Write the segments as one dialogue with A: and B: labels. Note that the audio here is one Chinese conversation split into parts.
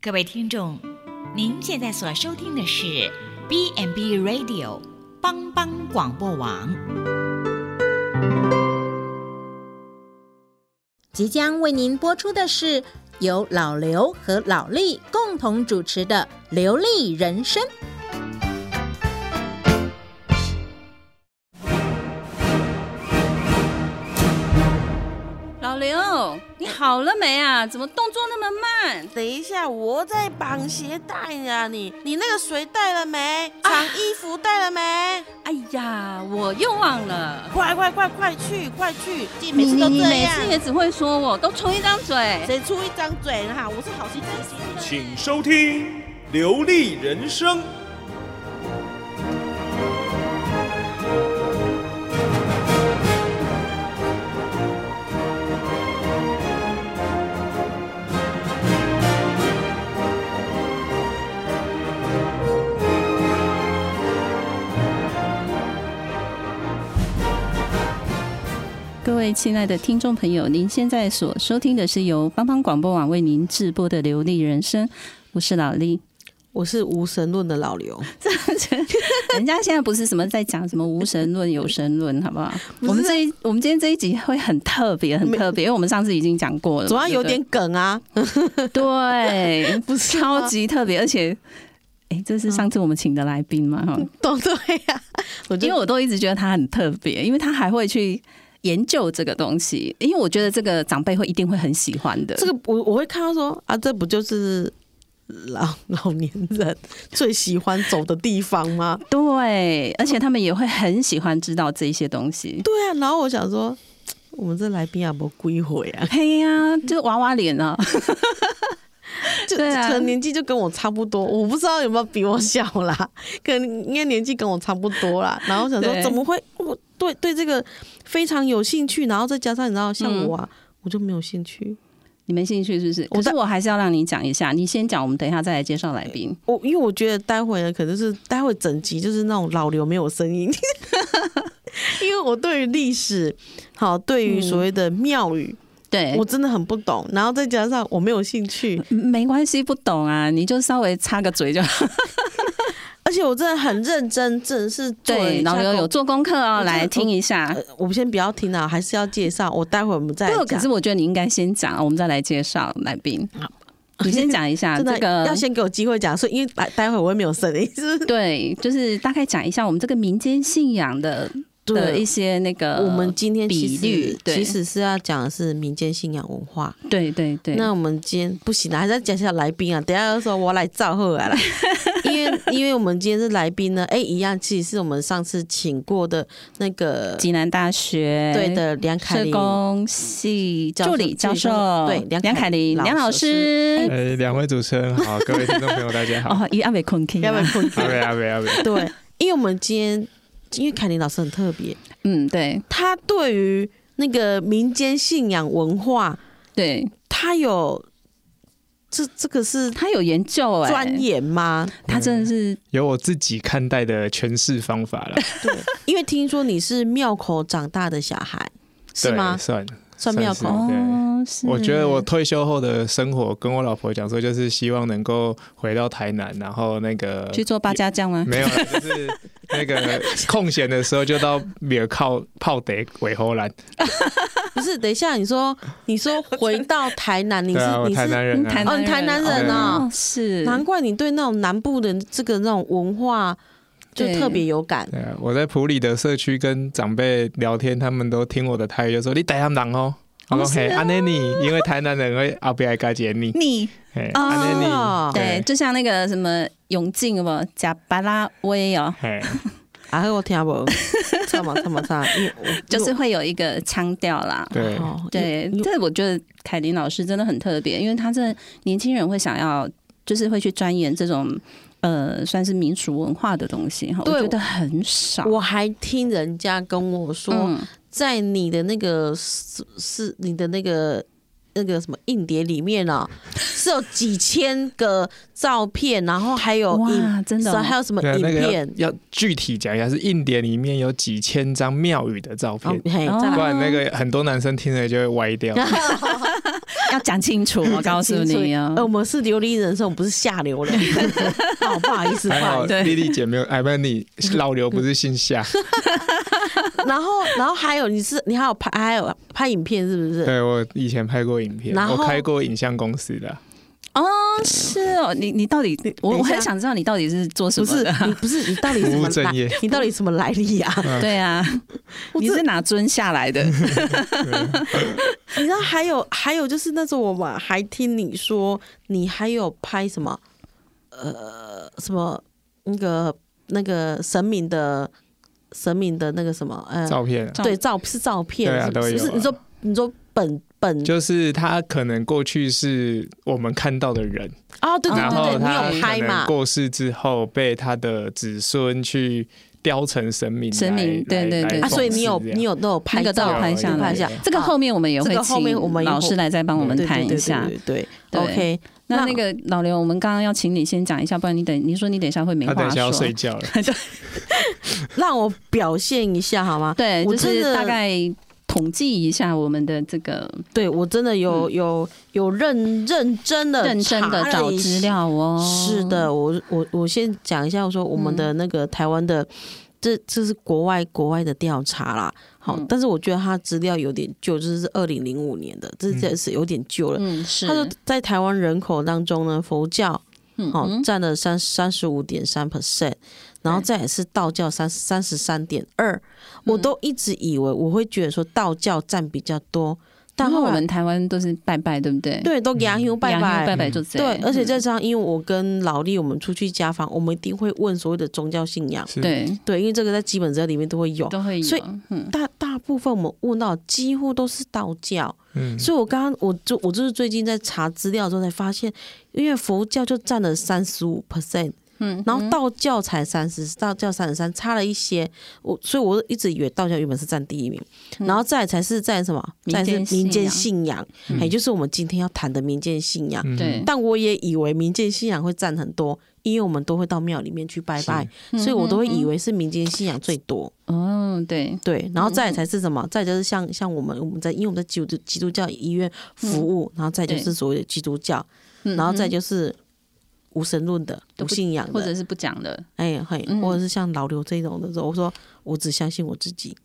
A: 各位听众，您现在所收听的是 B n B Radio 帮帮广播网，
B: 即将为您播出的是由老刘和老李共同主持的《流利人生》。
C: 老刘，你好了没啊？怎么动作那么慢？
D: 等一下，我在绑鞋带呢。你你那个水带了没？长衣服带了没？
C: 哎呀，我又忘了。
D: 快快快快去快去！你每
C: 你
D: 次
C: 你
D: 都
C: 你
D: 这
C: 每
D: 样
C: 次，也只会说我，都出一张嘴。
D: 谁出一张嘴哈？我是好心提醒你。
E: 请收听《流利人生》。
C: 各位亲爱的听众朋友，您现在所收听的是由帮帮广播网为您直播的《流利人生》，我是老 李。
D: 我是无神论的老刘，
C: 人家现在不是什么在讲什么无神论、有神论，好不好？我们这一我们今天这一集会很特别，很特别，因为我们上次已经讲过了嘛，
D: 总要有
C: 对
D: 点梗啊。
C: 不对对，
D: 不是吗
C: 超级特别，而且。哎，这是上次我们请的来宾 嘛？哈、
D: 懂对呀、我
C: 因为
D: 就
C: 我都一直觉得他很特别，因为他还会去研究这个东西，因为我觉得这个长辈会一定会很喜欢的。
D: 这个我我会看到说啊，这不就是老老年人最喜欢走的地方吗？
C: 对，而且他们也会很喜欢知道这些东西。
D: 对啊，然后我想说，我们这来宾啊，不归回啊，
C: 嘿呀、就是娃娃脸啊！
D: 就
C: 对啊
D: 可能年纪就跟我差不多，我不知道有没有比我小 啦，可能应该年纪跟我差不多啦。然后想
C: 对
D: 说，怎么会我对对这个非常有兴趣，然后再加上你知道像我啊，我就没有兴趣。
C: 你没兴趣是不是？
D: 我
C: 可
D: 在
C: 是我还是要让你讲一下，你先讲，我们等一下再来介绍来宾。
D: 我因为我觉得待会呢，可能是待会整集就是那种老刘没有声音， 因为我对于历史，好对
C: 嗯
D: 于所谓的庙宇，
C: 对
D: 我，真的很不懂，然后再加上我没有兴趣，
C: 没关系，不懂啊，你就稍微插个嘴就好。
D: 而且我真的很认真，真的是做了
C: 对，
D: 一下
C: 老刘
D: 功
C: 有做功课哦，
D: 我真的
C: 来听一下。
D: 呃，我们先不要听了，还是要介绍。我待会我们再
C: 不，可
D: 讲
C: 是我觉得你应该先讲，我们再来介绍来宾。你先讲一 下
D: 真
C: 这
D: 的
C: 个
D: 要先给我机会讲，所以因为待待会我会没有声音，是不是？
C: 对，就是大概讲一下我们这个民间信仰的的一些那个，
D: 我们今天其
C: 比率
D: 实
C: 对
D: 其实是要讲的是民间信仰文化。
C: 对对对，
D: 那我们今天不行了，还是要讲一下来宾啊。等一下又说我来造贺 啊啦，因为因为我们今天是来宾呢，哎、一样其实是我们上次请过的那个
C: 济南大学
D: 对的梁凯
C: 社
D: 琳。
C: 工系
D: 教授
C: 助理教授
D: 助理教授对梁
C: 梁
D: 凯
C: 凯琳
D: 老
C: 梁老
D: 师
C: 师，
E: 呃，两位主持人好，各位听众朋友大
D: 哎
E: 家 好。
C: 哦，一阿伟困 K，
D: 要不然困住
E: 阿伟阿伟阿伟，
D: 对，因为我们今天因为凯琳老师很特别，
C: 嗯，对
D: 他对于那个民间信仰文化，
C: 对，
D: 他有这这个是
C: 他有研究哎，
D: 钻研吗？
C: 他真的是
E: 有我自己看待的诠释方法 了，
D: 对，因为听说你是庙口长大的小孩，是
E: 对
D: 吗？
E: 算
D: 算庙口
E: 算是对
C: 哦，是
E: 我觉得我退休后的生活，跟我老婆讲说，就是希望能够回到台南，然后那个
C: 去做八家将吗？
E: 没有啦，就是那个空闲的时候就到米尔靠泡得尾后兰，
D: 不是，等一下，你说你说 回到台南，你
E: 对
D: 是、
E: 啊，我
D: 你
E: 台
D: 是。
E: 南人啊，
C: 台
D: 哦
C: 南
D: 你台南人
C: 哦
D: 哦，
C: 是
D: 难怪你对那种南部的这个那种文化就
C: 对
D: 特别有感，
E: 对啊，我在普里的社区跟长辈聊天，他们都听我的台语，就说你台南人哦。我说
C: 是
E: 嘿，
C: 啊
E: 安内你，因为台南人会阿伯爱加姐你，
C: 你
E: 嘿，
C: 哦
D: 啊
E: 安内你，
C: 对，，就像那个什么永靖有没有贾巴拉威哦，
E: 嘿，
D: 啊，我听不懂，差嘛差嘛差，因为我
C: 就是会有一个腔调啦。
E: 对，
D: 哦，
C: 对，
D: 因为
C: 这我觉得凯琳老师真的很特别，因为她这年轻人会想要，就是会去钻研这种呃，算是民俗文化的东西哈。我
D: 对
C: 觉得很少。
D: 我还听人家跟我说，
C: 嗯，
D: 在你的那个是是你的那个那个什么硬碟里面哦，是有几千个照片，然后还有影，
C: 哇，真的哦
D: 还有什么
E: 对啊，
D: 影
E: 那个
D: 片，
E: 要要具体讲一下，是硬碟里面有几千张庙宇的照片
D: 哦，，嘿，
C: 哦
D: 再
E: 不
D: 来
E: 然那个很多男生听了就会歪 掉。
C: 要讲清楚，我告诉你啊
D: 呃，。我们是琉璃人生，我们不是下流人， 好不好意思，不
E: 还
D: 好
E: 好
D: 意思。
C: 对
E: 丽丽姐没有，哎，不是你
D: 嗯
E: 老刘不是姓夏，
D: 然后，然后还有你是你还有拍还有拍影片是不是？
E: 对我以前拍过影片，
D: 然后
E: 我开过影像公司的，
C: 哦，是哦，你你到底，我
D: 呃等一
C: 我
D: 下
C: 很想知道你到底是做什
D: 不
C: 么
D: 是
C: 的。
D: 你不是你到底什
E: 不
D: 么
E: 务正
D: 来
E: 业？嗯
D: 你到底什么来历啊？
C: 对啊，你是哪尊下来的？
D: 你知道还有还有就是那时候我们还听你说你还有拍什么呃什么那个那个神明的神明的那个什么呃
E: 照片啊，
D: 对照是照片
E: 对啊
D: 是不
E: 都
D: 是
E: 有
D: 是不是？
E: 啊
D: 你说你说本本
E: 就是他可能过去是我们看到的人，
D: 哦对对
E: 然后
D: 对对，
E: 他
D: 你有
E: 可
D: 拍
E: 能
D: 嘛？
E: 过世之后被他的子孙去雕成神明来，
C: 神明
E: 来
C: 对对
E: 来
C: 对
D: 啊，
E: 奉
D: 所以你有
E: 祀这样
D: 你有都有拍
C: 那个都
D: 照
C: 有拍下
E: 有
C: 来
E: 拍。下
C: 这个后面我们也会
D: 这个后面我们
C: 请
D: 也会
C: 老师来再帮我们
D: 对对
C: 谈
D: 对
C: 一
D: 对
C: 下。
D: 对对
C: 对
D: o k
C: 那那个老刘，我们刚刚要请你先讲一下，不然你等你说你等一下会没
E: 他等
C: 话
E: 一下要
C: 说
E: 睡。觉了，
D: 让我表现一下好吗？
C: 对，
D: 我
C: 就
D: 真
C: 是
D: 的
C: 大概统计一下我们的这个
D: 对我真的有、有有认认真的
C: 嗯认真的找资。料哦。嗯
D: 是，的，我我我先讲一下，我说我们的那个台湾的，这这是国外国外的调查啦。好，
C: 嗯
D: 但是我觉得他资料有点旧，这是二零零五年的，这这是有点旧了。
C: 嗯，是。
D: 他说在台湾人口当中呢，佛教
C: 嗯
D: 哦
C: 嗯
D: 占了三三十五点三 percent，然后再也是道教三三十三点二，
C: 嗯
D: 我都一直以为我会觉得说道教占比较多，但
C: 因为
D: 后
C: 我
D: 来
C: 们台湾都是拜拜，对不对？
D: 对都洋油拜
C: 洋芋
D: 拜。
C: 拜拜就这
D: 对
C: 样。，嗯
D: 而且
C: 这
D: 再加上，因为我跟老力我们出去家访，我们一定会问所谓的宗教信仰，
E: 是，
C: 对
D: 对，因为这个在基本资料里面都会有。
C: 都会有。
D: 哦所以
C: 嗯，
D: 大大部分我们问到几乎都是道教，
E: 嗯，
D: 所以我刚刚我就我就是最近在查资料之后才发现，因为佛教就占了三十五 percent，
C: 嗯，
D: 然后
C: 嗯
D: 道教才三十，道教三十三，差了一些。我所以我一直以为道教原本是占第一名，
C: 嗯
D: 然后再来才是在什么？再来是
C: 民间信仰
D: 民间信仰，
E: 嗯
D: 也就是我们今天要谈的民间信仰。
E: 嗯
C: 对，
D: 但我也以为民间信仰会占很多，因为我们都会到庙里面去拜拜，
C: 嗯
D: 所以我都会以为是民间信仰最多。
C: 哦，对，
D: 对，然后
C: 嗯
D: 再来才是什么？再来就是像像我们我们在因为我们在基督基督教医院服务，然后再就
C: 嗯
D: 是
C: 对
D: 所谓的基督教，
C: 嗯
D: 然后再
C: 嗯
D: 就是无神论的、
C: 都
D: 无
C: 不
D: 信仰
C: 或者
D: 的，
C: 是不讲了，
D: 哎嘿，
C: 嗯
D: 或者是像老刘这种的时候，我说我只相信我自己。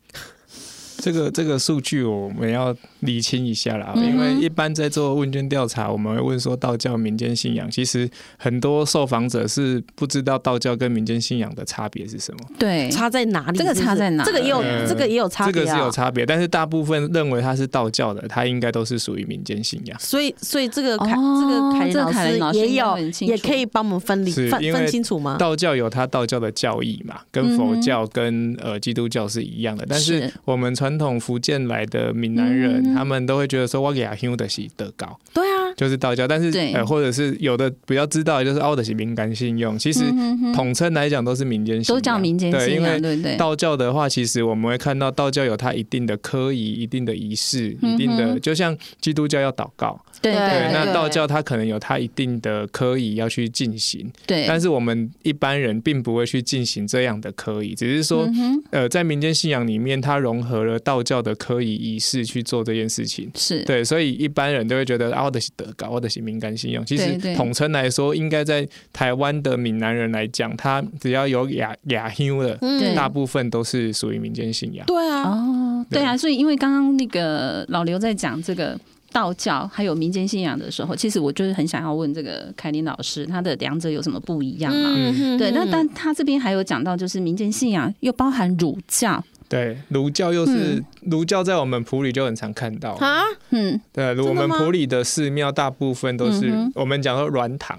E: 这个这个数据我们要理清一下啦，
C: 嗯哼
E: 因为一般在做问卷调查，我们会问说道教、民间信仰，其实很多受访者是不知道道教跟民间信仰的差别是什么，
C: 对，
D: 差在哪里？
C: 哎这个
D: 是不是
C: 差在哪
D: 这个也有
E: 嗯
D: 这个也有差
E: 这
D: 别
E: 个是有
D: 啊。
E: 差别，但是大部分认为它是道教的，它应该都是属于民间信仰。
D: 所以，所以这个凯、
C: 哦
D: 这
C: 这
D: 个
C: 个凯
D: 凯
C: 伦
D: 伦
C: 老
D: 老
C: 师
D: 师也
C: 应该
D: 有
C: 很清楚
D: 也可以帮我们分离
E: 是
D: 分
E: 因为
D: 分清楚吗？
E: 道教有它道教的教义嘛，
C: 嗯
E: 跟
C: 哼
E: 佛教跟、呃基督教是一样的，但是
C: 嗯是
E: 我们传统福建来的闽南人，
C: 嗯
E: 他们都会觉得说我给阿兄的是德高，
D: 对啊，
E: 就是道教，但是
C: 对
E: 呃或者是有的比较知道的就是奥德是敏感信用，其实
C: 嗯哼哼
E: 统称来讲都是民间信仰，
C: 都叫民间
E: 对，
C: 信
E: 因
C: 仰，
E: 为
C: 对不对？
E: 道教的话，其实我们会看到道教有它一定的科仪、一定的仪式、
C: 嗯哼
E: 一定的，就像基督教要祷告，
C: 对
D: 对
E: 那道教它可能有它一定的科仪要去进行，
C: 对，
E: 但是我们一般人并不会去进行这样的科仪，只是说，
C: 嗯哼
E: 呃，在民间信仰里面，它融合了道教的科仪仪式去做这件事情。
C: 是
E: 对，所以一般人都会觉得啊，我的是德高，我的是敏感信用。其实
C: 对对
E: 统称来说，应该在台湾的闽南人来讲，他只要有雅雅修的，
C: 对
E: 大部分都是属于民间信
D: 嗯
E: 仰。
D: 对啊，
C: 哦，对啊，所以因为刚刚那个老刘在讲这个道教还有民间信仰的时候，其实我就是很想要问这个凯琳老师，他的两者有什么不一样啊嘛？
E: 嗯，
C: 对，那但他这边还有讲到，就是民间信仰又包含儒教，
E: 对，儒教又是
C: 嗯
E: 儒教，在我们普里就很常看到。
D: 啊，
C: 嗯，
E: 对，
D: 的
E: 我们
D: 吗
E: 普里的寺庙大部分都是
C: 嗯哼
E: 我们讲说软糖，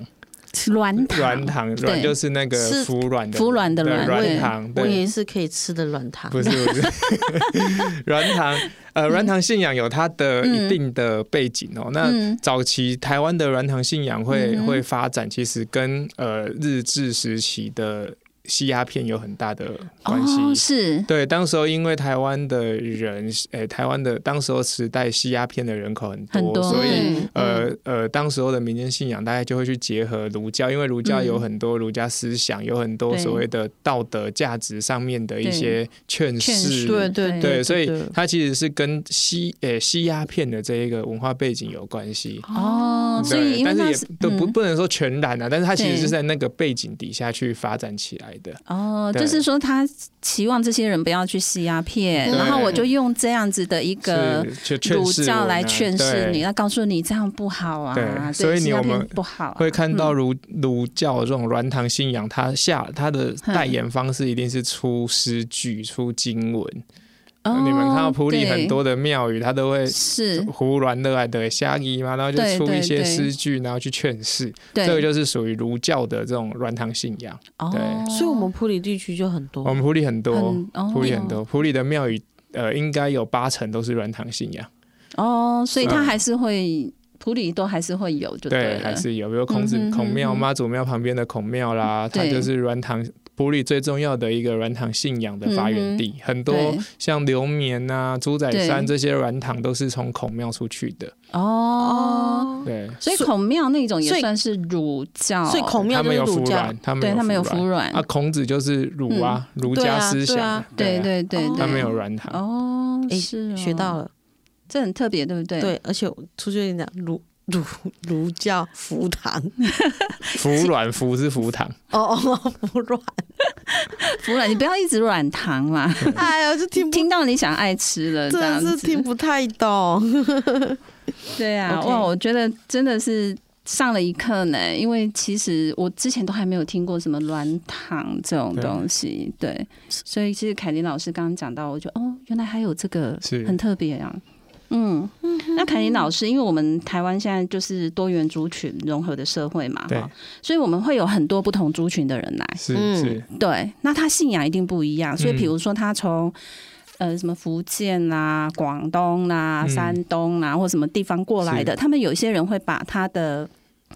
C: 软糖，
E: 软糖软
C: 对
E: 就是那个
D: 是
E: 服软的
C: 服软的
E: 对
C: 软
E: 软
C: 对
E: 糖，
D: 我
E: 嗯对。
D: 也是可以吃的软糖。
E: 不是不是， 软糖呃，软糖信仰有它的一定的背景哦。那
C: 嗯嗯
E: 早期台湾的软糖信仰会
C: 嗯哼
E: 会发展，其实跟呃日治时期的。吸鸦片有很大的关系。
C: 哦，是
E: 对，当时候因为台湾的人，诶、台湾的当时候时代吸鸦片的人口很多，
C: 很多，
E: 所以
C: 嗯
E: 呃呃，当时候的民间信仰大概就会去结合儒教，因为儒教有
C: 嗯
E: 很多儒家思想，有很多
C: 对
E: 所谓的道德价值上面的一
C: 对
E: 些劝
C: 劝
E: 世，
C: 世
D: 对对
C: 对
E: 对，所以
D: 对
E: 它其实是跟吸诶、吸鸦片的这一个文化背景有关系。
C: 哦，所以
E: 对，
C: 因为
E: 但是
C: 那
E: 也
C: 是
E: 都不
C: 嗯
E: 不能说全然啊，但是它其实
C: 对
E: 是在那个背景底下去发展起来的。
C: 哦，
E: 对
C: 就是说他期望这些人不要去吸鸦片，
E: 对
C: 然后我就用这样子的一个
E: 是去
C: 儒
E: 劝世
C: 教
E: 文
C: 来
E: 啊
C: 劝世
E: 对
C: 你，要告诉你这样不好啊，
E: 对
C: 对
E: 所以你
C: 吸鸦
E: 我们
C: 片不好啊、
E: 会看到
C: 嗯
E: 儒儒教这种软糖信仰，它下它的代言方式一定是出诗句、出经文。
C: 哦
E: 你们看到普里
C: 对
E: 很多的庙宇，它都会
C: 哦是，
E: 胡乱的来的瞎疑嘛，然后就
C: 对
E: 出
C: 对
E: 一些
C: 对
E: 诗句，然后去劝世。
C: 对，
E: 这个就是属于儒教的这种软糖信仰。
C: 哦
E: 对
D: 所以我们普里地区就很多
E: 我们普里很多，
C: 很哦
E: 普里很多，普里的庙宇呃，应该有八成都是软糖信仰。
C: 哦，所以他
E: 嗯
C: 还是会普里都还是会有就
E: 对，
C: 了，
E: 还是有，比如孔子、
C: 嗯哼
E: 孔庙、
C: 嗯哼嗯
E: 妈祖庙旁边的孔庙啦，它
C: 对
E: 就是软糖普里最重要的一个软糖信仰的发源地。很多
C: 嗯对
E: 像流棉啊、猪仔山
C: 对
E: 这些软糖都是从孔庙出去的。
C: 哦。
D: 哦，
E: 对，
C: 所以孔庙那种也
D: 所以
C: 算是儒教，
D: 所以孔庙就
E: 他们
D: 是
E: 有
D: 儒
E: 服
D: 教
E: 软，，他们
C: 对他们有
E: 有
C: 服
E: 软
C: 软嗯
E: 啊，，孔子就是儒啊，儒
D: 对
E: 家
D: 啊
E: 思
D: 对
E: 想
D: 啊，
C: 对
E: 啊
C: 对对
D: 哦，
C: 对
E: 他们有啊软糖。
C: 哦，
D: 诶
C: 是哦
D: 哎学到了。
C: 这很特别，对不对？
D: 对，而且我出去跟你讲儒儒儒教福堂，
E: 服软服是服糖，
D: 哦哦，服软，
C: 服软，你不要一直软糖啦，
D: 哎呀，就听不，
C: 听到你想爱吃了，这
D: 真的
C: 样
D: 是
C: 子
D: 听不太 懂。
C: 对啊，
D: OK
C: 哇，我觉得真的是上了一课呢，因为其实我之前都还没有听过什么软糖这种
E: 对
C: 东西，对，所以其实凯琳老师刚刚讲到，我觉得哦，原来还有这个，
E: 是
C: 很特别啊。嗯，那凯琳老师，因为我们台湾现在就是多元族群融合的社会嘛，
E: 对
C: 哈，所以我们会有很多不同族群的人来。
E: 是
D: 嗯
E: 是，
C: 对，那他信仰一定不一样，所以
E: 嗯
C: 比如说他从。呃，什么福建啦、广东啦、
E: 嗯
C: 山东啊啦，或什么地方过来的，
E: 是
C: 他们有些人会把他的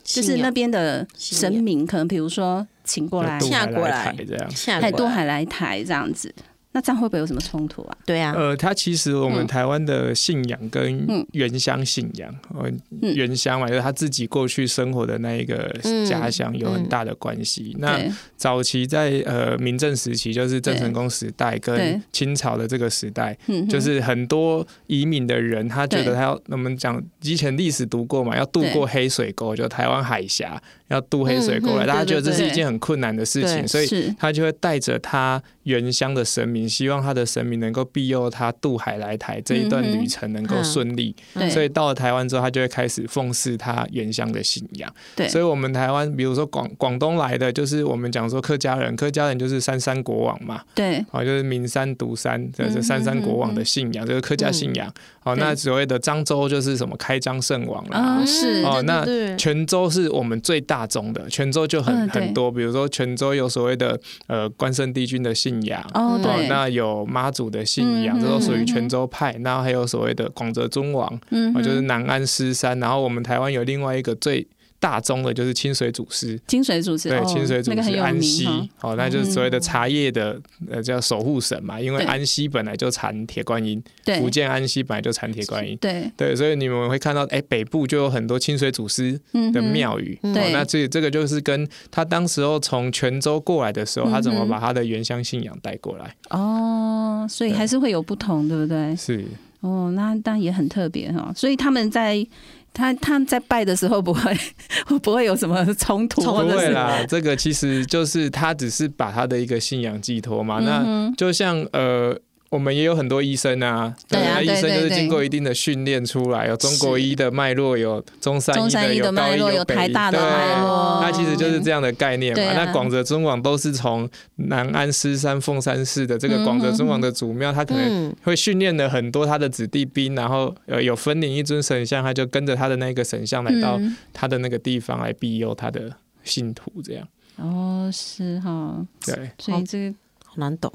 C: 就是
D: 信
C: 那
D: 仰
C: 边的
D: 信
C: 神
D: 仰
C: 明，可能比如说请过来
E: 就，渡
D: 下
E: 海
D: 过来
E: 台这样。
D: 下啊
C: 海
D: 过
C: 渡
D: 来
C: 海来台这样子，那这样会不会有什么冲突啊？
D: 对啊，
E: 呃，它其实我们
C: 嗯
E: 台湾的信仰跟原乡信仰，呃、
C: 嗯
E: 原乡嘛，就是他自己过去生活的那一个
D: 嗯
E: 家乡有很
D: 嗯
E: 大的关系。那
C: 对
E: 早期在呃民政时期，就是郑成功时代
C: 对
E: 跟清朝的这个时代，
C: 嗯哼，
E: 就是很多移民的人，他觉
C: 对
E: 得他要我们讲之前历史读过嘛，要渡
C: 对
E: 过黑水沟，就台湾海峡要渡黑水沟来，
D: 嗯嗯
E: 大家
D: 对
E: 觉
D: 对
E: 得这是
C: 对
E: 一件很困难的事
D: 对
E: 情，所以
C: 是
E: 他就会带着他原乡的神明，希望他的神明能够庇佑他渡海来台这一段
C: 嗯哼
E: 旅程能够顺利。
C: 嗯
D: 嗯
C: 对，
E: 所以到了台湾之后，他就会开始奉祀他原乡的信仰。
C: 对
E: 所以我们台湾，比如说广广东来的，就是我们讲说客家人，客家人就是三山国王嘛，
C: 对
E: 哦，就是名山独山，这
C: 嗯
E: 是
C: 哼
E: 三山国王
C: 嗯
E: 的
C: 哼
E: 信仰，就是客家信仰。哦，
C: 对
E: 那所谓的漳州就是什么开漳圣王啦，
C: 啊，是
E: 哦
D: 对
E: 那
D: 嗯对对
E: 泉州是我们最大宗的，泉州就很、
C: 嗯对
E: 很多，比如说泉州有所谓的呃关圣帝君的信仰。
C: 哦，
D: 嗯
C: 对，
E: 那有妈祖的信仰，
C: 嗯
E: 这都属
C: 嗯
E: 于
C: 嗯
E: 泉州派。然后还有所谓的广泽尊王，
C: 嗯
E: 哦，
C: 哼，
E: 就是南安狮山。然后我们台湾有另外一个最大宗的，就是清水祖师，
C: 清水组织，
E: 对
C: 哦，
E: 清水祖
C: 那个很
E: 师
C: 有
E: 安
C: 名
E: 息
C: 哈，，嗯
E: 哦，那就是所谓的茶叶的呃叫守护神嘛，因为
C: 对
E: 安息本来就产铁观音，福
C: 对
E: 建安息本来就产铁观音，
C: 对，
E: 对，所以你们会看到，哎，北部就有很多清水祖师
C: 嗯
E: 的
C: 哼
E: 庙宇，
D: 嗯
E: 哦
C: 对，
E: 那这这个就是跟他当时候从泉州过来的时候，他怎
C: 嗯
E: 么
C: 哼
E: 把他的原乡信仰带过来？
C: 哦，所以
E: 对
C: 还是会有不同，对不对？
E: 是，
C: 哦，那那也很特别哈、所以他们在他他在拜的时候不会 不会有什么冲突，
E: 不
C: 或者
E: 会
C: 是
E: 啦， 这个其实就是他只是把他的一个信仰寄托嘛，那。
C: 嗯哼
E: 就像呃，我们也有很多医生啊，
C: 对啊
E: 那医
C: 对
E: 生就是
C: 对
E: 经
C: 对
E: 过一定的训练出来，有中国医的脉络，有中山
C: 中山
E: 医
C: 医的
E: 有高
C: 脉
E: 医
C: 络有
E: 北
C: 台
E: 医
C: 大的
E: 对
C: 脉络，
E: 它其实就是这样的概念
C: 对
E: 嘛。
C: 啊
E: 那广泽尊王都是从南安狮山凤山寺的这
C: 嗯
E: 个广泽
C: 嗯
E: 尊王的祖庙，他可能
D: 嗯，
E: 会训练了很多他的子弟兵，然后呃有分领一尊神像，他就跟着他的那个神像来到
C: 嗯
E: 他的那个地方来庇佑他的信徒，这样
C: 哦是哈、
E: 对。
C: 所以这个
D: 好难懂。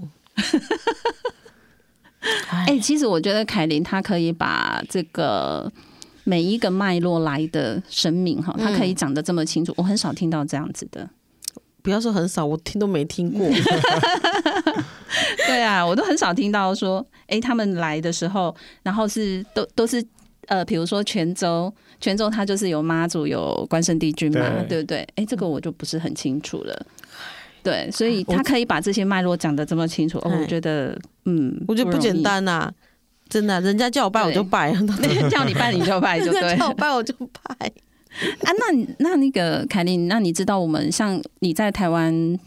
D: 哎
C: 哎、其实我觉得凯琳她可以把这个。每一
E: 嗯
C: 个脉络来的神明哈，她可以讲的这么清楚，我很少听到这样子的。
D: 不要说很少，我听都没 听过。
C: 对啊，我都很少听到说，哎、他们来的时候，然后是都都是呃，比如说泉州，泉州它就是有妈祖有关圣帝君嘛，
E: 对
C: 对不对？哎、这个我就不是很清楚了。对，所以他可以把这些脉络讲得这么清楚，哦，
D: 哎
C: 我觉得，嗯，
D: 我觉得不
C: 容易
D: 简，单呐、真的啊、人家叫我拜我就拜，
C: 叫你拜你就拜，就
D: 人
C: 对了
D: 家 叫我拜我就拜。
C: 啊，那你那那个凯琳，那你知道我们像你在台湾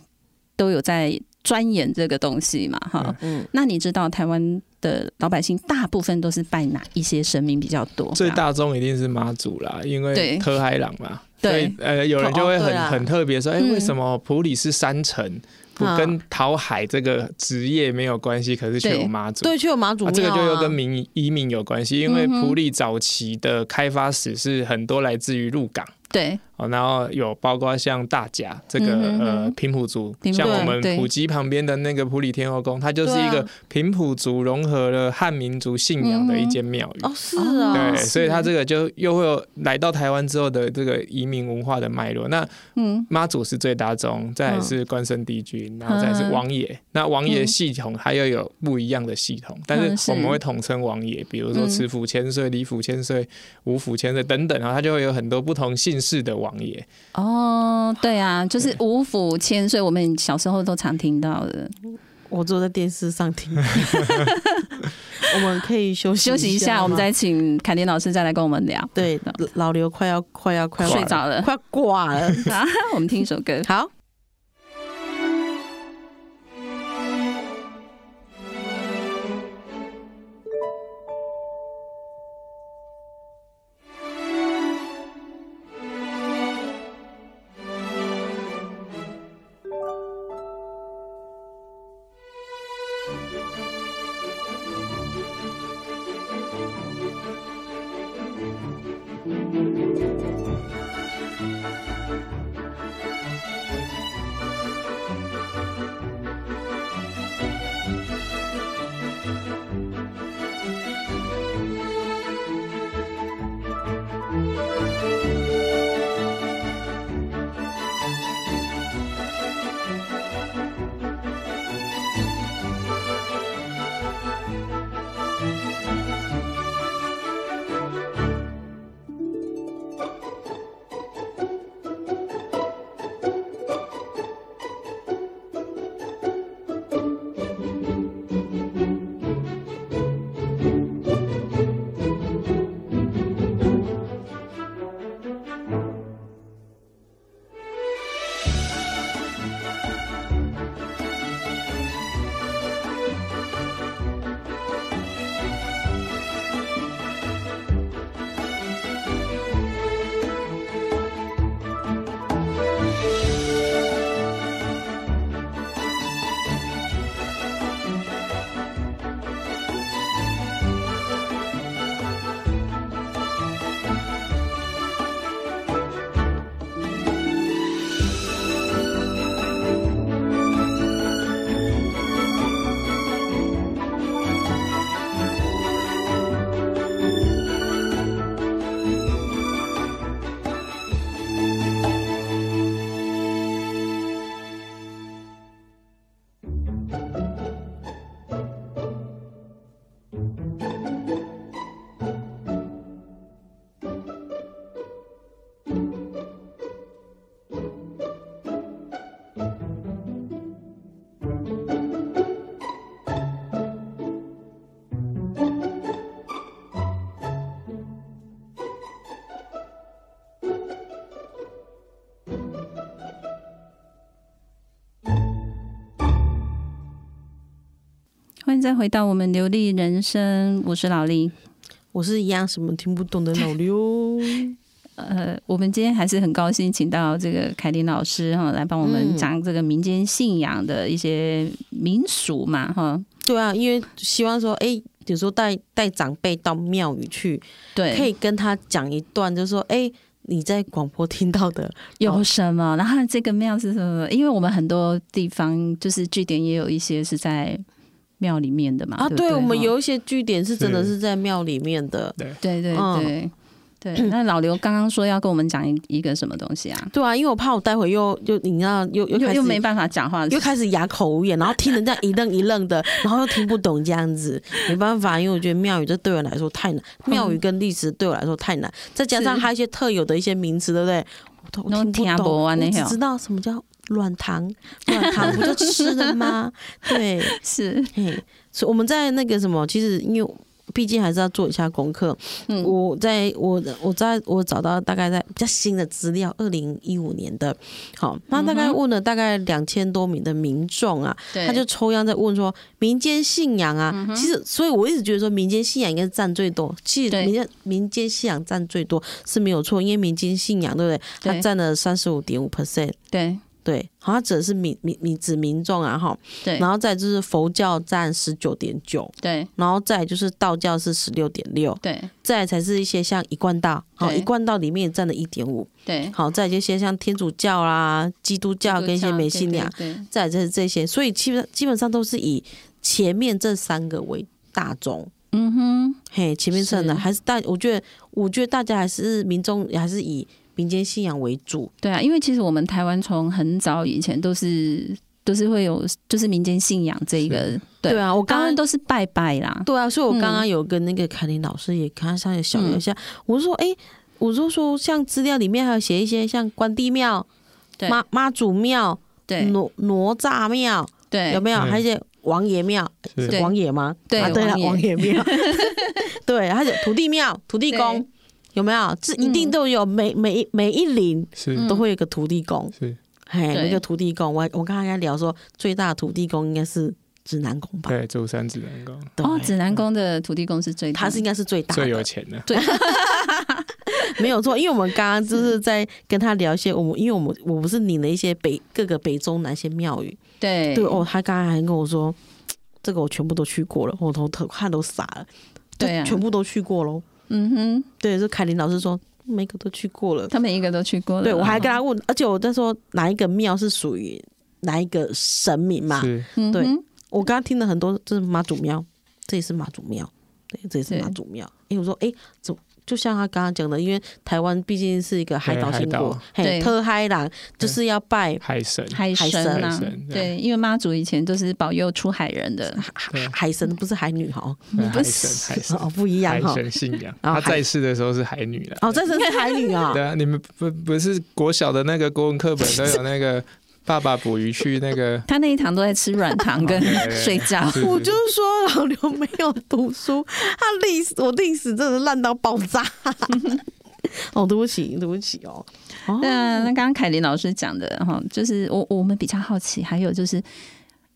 C: 都有在钻研这个东西嘛？哈，
D: 嗯，
C: 那你知道台湾的老百姓大部分都是拜哪一些神明比较多？
E: 最
C: 啊
E: 大宗一定是妈祖啦，因为
C: 对
E: 特海朗嘛，所
C: 对
E: 以呃，有人就会
D: 哦对
E: 很
D: 啦
E: 很特别说，哎，
C: 嗯
E: 为什么普里是山城，不
D: 啊
E: 跟桃海这个职业没有关系，可是却有
C: 对
E: 妈祖？
D: 对，去有马祖庙、
E: 啊，
D: 啊
E: 这个就又跟民移民有关系，因为
C: 嗯哼
E: 普里早期的开发史是很多来自于鹿港。
C: 对
E: 哦，然后有包括像大甲这个、
C: 嗯哼哼
E: 呃平埔族，
C: 平埔
E: 像
D: 对
E: 我们
C: 对
E: 普吉旁边的那个普里天后宫，它就是一
D: 对
E: 个
D: 啊
E: 平埔族融合了汉民族信仰的一间庙宇。
D: 哦，是啊，
E: 对，
C: 嗯是
E: 所以它这个就又会有来到台湾之后的这个移民文化的脉络。那
C: 嗯
E: 妈祖是最大宗，再来是关圣帝君，然后再来
C: 嗯
E: 是王爷。那王爷系统它又有不一样的系统，但
C: 嗯
E: 是
C: 是嗯
E: 我们会统称王爷，比如说慈府千岁、李府千岁、五府千岁等等，然后它就会有很多不同姓氏的王爷。
C: 哦，对啊，就是五府千岁，我们小时候都常听到的。
D: 我只有在电视上 听。 我们可以休息
C: 休息一下，
D: 吗
C: 我们再请凯琳老师再来跟我们聊。
D: 对老刘快要快要快要
C: 睡着了，
D: 快挂 了。
C: 啊，我们听一首歌。
D: 好，
C: 欢迎再回到我们流利人生，我是老李。
D: 我是一样什么听不懂 的老刘。
C: 呃，我们今天还是很高兴，请到这个凯琳老师哈来帮我们
D: 嗯
C: 讲这个民间信仰的一些民俗嘛哈。
D: 对啊，因为希望说，哎、有时候带带长辈到庙宇去，
C: 对，
D: 可以跟他讲一段，就说，哎、你在广播听到的，
C: 有什么？然后这个庙是什么？因为我们很多地方就是据点也有一些是在庙里面的嘛。
D: 啊，
C: 对不对，
D: 我们
C: 哈
D: 有一些据点是真的
E: 是
D: 是在庙里面的，
C: 对对
D: 嗯
C: 对。对，那老刘刚刚说要跟我们讲一一个什么东西啊？
D: 对啊，因为我怕我待会又又你知道又又
C: 又
D: 开
C: 又
D: 始
C: 没办法讲话，
D: 又开始哑口无言，然后听人家一愣一愣的，然后又听不懂这样 子，没办法，因为我觉得庙宇这对我来说太难，庙宇跟历史对我来说太难，再加上
C: 是
D: 它一些特有的一些名词，对不对？我都
C: 都
D: 听
C: 听
D: 不
C: 不
D: 懂，我
C: 完的
D: 只
C: 吼
D: 知道什么叫软糖，软糖不就吃的 吗？对，
C: 是
D: 嘿，所以我们在那个什么，其实因为毕竟还是要做一下功课。
C: 嗯
D: 我在我我在我找到大概在比较新的资料，二零一五年的，好，那大概问了大概两千多名的民众啊，
C: 嗯对，嗯
D: 他就抽样在问说民间信仰啊，其实所以我一直觉得说民间信仰应该是占最多，其实
C: 对
D: 民间民间信仰占最多是没有错，因为民间信仰对不对？它
C: 对
D: 占了三十五点五 percent，
C: 对
D: 对，好，它指的是民民民指民众啊，哈，
C: 对
D: 然后再就是佛教占十九点九，
C: 对
D: 然后再就是道教是十六点六，
C: 对
D: 再来才是一些像一贯道，好，
C: 对
D: 一贯道里面也占了一点五，
C: 对，
D: 好，再来就一些像天主教啦、基督教跟一些美信仰，
C: 对，对
D: 再来就是这些，所以基本基本上都是以前面这三个为大宗。
C: 嗯哼，
D: 嘿，前面算的
C: 是
D: 还是大，我觉得，我觉得大家还是民众还是以民间信仰为主，
C: 对啊，因为其实我们台湾从很早以前都是都是会有就是民间信仰这一个，对
D: 对啊，我
C: 当
D: 刚刚
C: 然都是拜拜啦，
D: 对啊，所以我
C: 嗯
D: 刚刚有跟那个凯琳老师也跟他稍微小聊一下，我就说，哎、我就说像资料里面还有写一些像关帝庙、
C: 对
D: 妈妈祖庙、
C: 对
D: 哪哪吒庙，
C: 对
D: 有没有？
E: 嗯
D: 还有一些王爷庙，
E: 是
D: 是王爷吗？
C: 对
D: 啊、对了，王
C: 王
D: 爷庙，对，还有土地庙、土地公
C: 对，
D: 有没有？这一定都有，每每一每一领
E: 是
C: 嗯
D: 都会有一个土地公，
E: 是，
D: 嘿，
C: 对
D: 那个土地公，我我刚才跟他聊说，最大的土地公应该是指南宫吧？
E: 对，周三指南宫
D: 对
C: 哦，指南宫的土地公是最大
D: 他是应该是最大的，
E: 最有钱的，
D: 没有错，因为我们刚刚就是在跟他聊一些我们，因为我们我不是领了一些北各个北中南一些庙宇，
C: 对
D: 对哦，他刚刚还跟我说，这个我全部都去过了，我头头汗都傻了，就
C: 对啊
D: 全部都去过喽。
C: 嗯哼，
D: 对，就凯琳老师说每个都去过了，
C: 他每一个都去过了，
D: 对我还跟他问，而且我在说哪一个庙是属于哪一个神明嘛？
E: 是
C: 嗯哼
D: 对我刚刚听了很多，就是妈祖庙，这也是妈祖庙，对，这也是妈祖庙。哎、我说，哎、怎么就像他刚刚讲的，因为台湾毕竟是一个海岛
E: 对
D: 兴国
E: 海岛，
D: 嘿，
C: 对
D: 特嗨啦，就是要拜
E: 海神，呃
C: 海
D: 海
C: 神
D: 神
C: 啊
E: 海神，对
C: 对，因为妈祖以前都是保佑出海人的，
E: 对
D: 海海神，不是海女哈，
E: 对
C: 不
E: 海
C: 是
E: 神，海 神
D: 哦，，不一样
E: 海
D: 哈。
E: 神信仰。
D: 然后
E: 他
D: 海
E: 在世的时候是海女了。
D: 哦，这是海女 啊
E: 对，啊，你们不不是国小的那个国文课本都有那个爸爸捕鱼去那个
C: 他那一堂都在吃软糖
E: 哦
C: 跟睡觉。
E: 是
D: 我
E: 是
D: 就是说老刘没有读书，他历史我历史真的烂到爆炸。 哦，对不起，对不起哦。哦，
C: 啊那那刚刚凯琳老师讲的哈，就是我我们比较好奇，还有就是，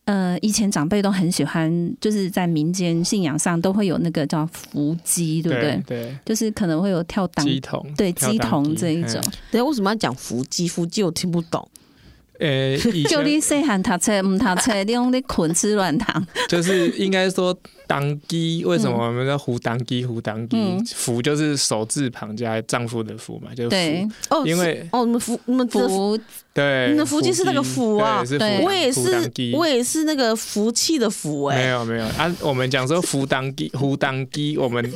C: 呃，以前长辈都很喜欢，就是在民间信仰上都会有那个叫伏击， 对不对？
E: 对对
C: 就是可能会有跳档，
E: 鸡童
C: 对
E: 跳
C: 鸡
E: 当
C: 童
E: 机
C: 这一
E: 嗯
C: 种
D: 等一下啊为什么要讲伏击？伏击我听不懂。
E: 呃，以
C: 就
E: 前
C: 你细汉读册唔读册，你用你捆吃软糖，
E: 就是应该说当机，为什么我们叫胡当机？胡当机
C: 嗯，
E: 福就是手字旁加丈夫的福嘛，就是
C: 对
E: 福。，
D: 哦，
E: 因
D: 是
E: 为
D: 哦，你们伏，你们的
C: 伏
E: 对，
D: 你的福气是那个福啊
E: 对是
C: 对
E: 福
D: 我也
E: 福当
D: 是
E: 机，
D: 我也是那个福气的福哎、
E: 没有没有啊，我们讲说福当 机，胡当机，我们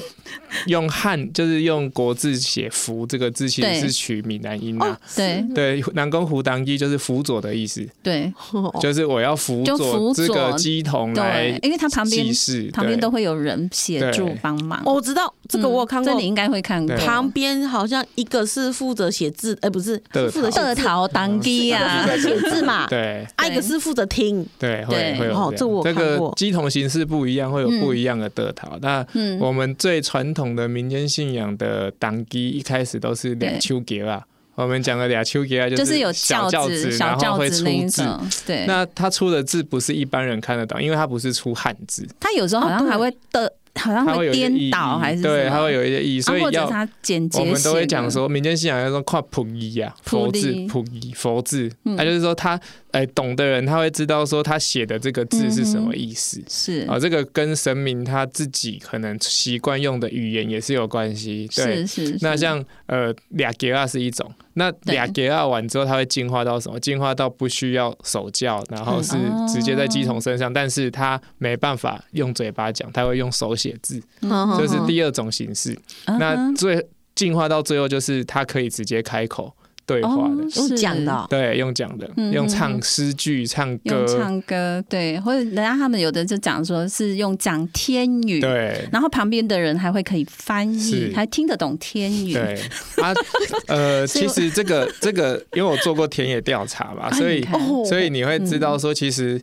E: 用汉就是用国字写福这个字，其实
C: 对
E: 是取闽南音
C: 哦
E: 啊。
C: 对
E: 对，南宫胡当机就是辅佐的意思，
C: 对
D: 哦
E: 就是我要辅
C: 就辅
E: 佐这个
C: 佐
E: 鸡童来
C: 对，因为他旁边
E: 祭祀，
C: 旁边
E: 对
C: 都会有人协助帮忙。
D: 哦，我知道这个我有看
C: 嗯
D: 过
C: 这，你应该会看过。
E: 对
D: 旁边好像一个是负责写字，哎、不是，
E: 的
D: 是负责写
C: 二
D: 字，
C: 桃当机啊，
D: 负责写字嘛，
E: 对
D: 啊，一个是负责听，
E: 对，会
C: 对
E: 会有
D: 哦
E: 样
D: 这我
E: 这
D: 看
E: 个
D: 过
E: 鸡同形式不一样，会有不一样的得逃。那
C: 嗯，
E: 我们最传统的民间信仰的党基一开始都是俩
C: 对
E: 秋节啊，我们讲的俩秋节啊，
C: 就是有
E: 小
C: 教
E: 子，
C: 小
E: 然后
C: 教
E: 会
C: 子那
E: 出
C: 一
E: 字。
C: 种，对。
E: 那他出的字不是一般人看得懂，因为他不是出汉字，
C: 他有时候好像还会的，好像
E: 他会有一些意
C: 颠
E: 义
C: 倒还是什
E: 对，
C: 么
E: 他会有一些意义，所
C: 啊
E: 以
C: 或者
E: 要
C: 是他简洁
E: 我
C: 性的，
E: 们都会讲说，民间信仰要说跨普一啊，
C: 溥
E: 佛字
C: 仪
E: 普一佛字，
C: 嗯
E: 那就是说他哎、懂的人他会知道说他写的这个字
C: 嗯
E: 是什么意思。
C: 是
E: 啊、这个跟神明他自己可能习惯用的语言也是有关系。对，
C: 是是，
E: 那
C: 是
E: 像呃俩格啊是一种，那俩格啊完之后，它会进化到什么？进化到不需要手教，然后是
C: 嗯
E: 直接在鸡童身上，但是他没办法用嘴巴讲，他会用手写字，
C: 嗯
E: 这是第二种形式。
C: 嗯
E: 那
C: 哼
E: 最进化到最后，就是他可以直接开口对话
C: 哦
E: 的，，
C: 是
D: 用讲的、哦，
E: 对，用讲的，
C: 嗯
E: 用
C: 嗯
E: 唱诗句、唱歌
C: 用，唱歌，对，或者人家他们有的就讲说是用讲天语，
E: 对
C: 然后旁边的人还会可以翻译，
E: 是
C: 还听得懂天语。
E: 对 啊，呃，
C: 所以
E: 其
C: 我
E: 实这个 这个，因为我做过田野调查嘛，
C: 啊
E: 所以
C: 你看嗯
D: 哦
E: 所以你会知道说，其实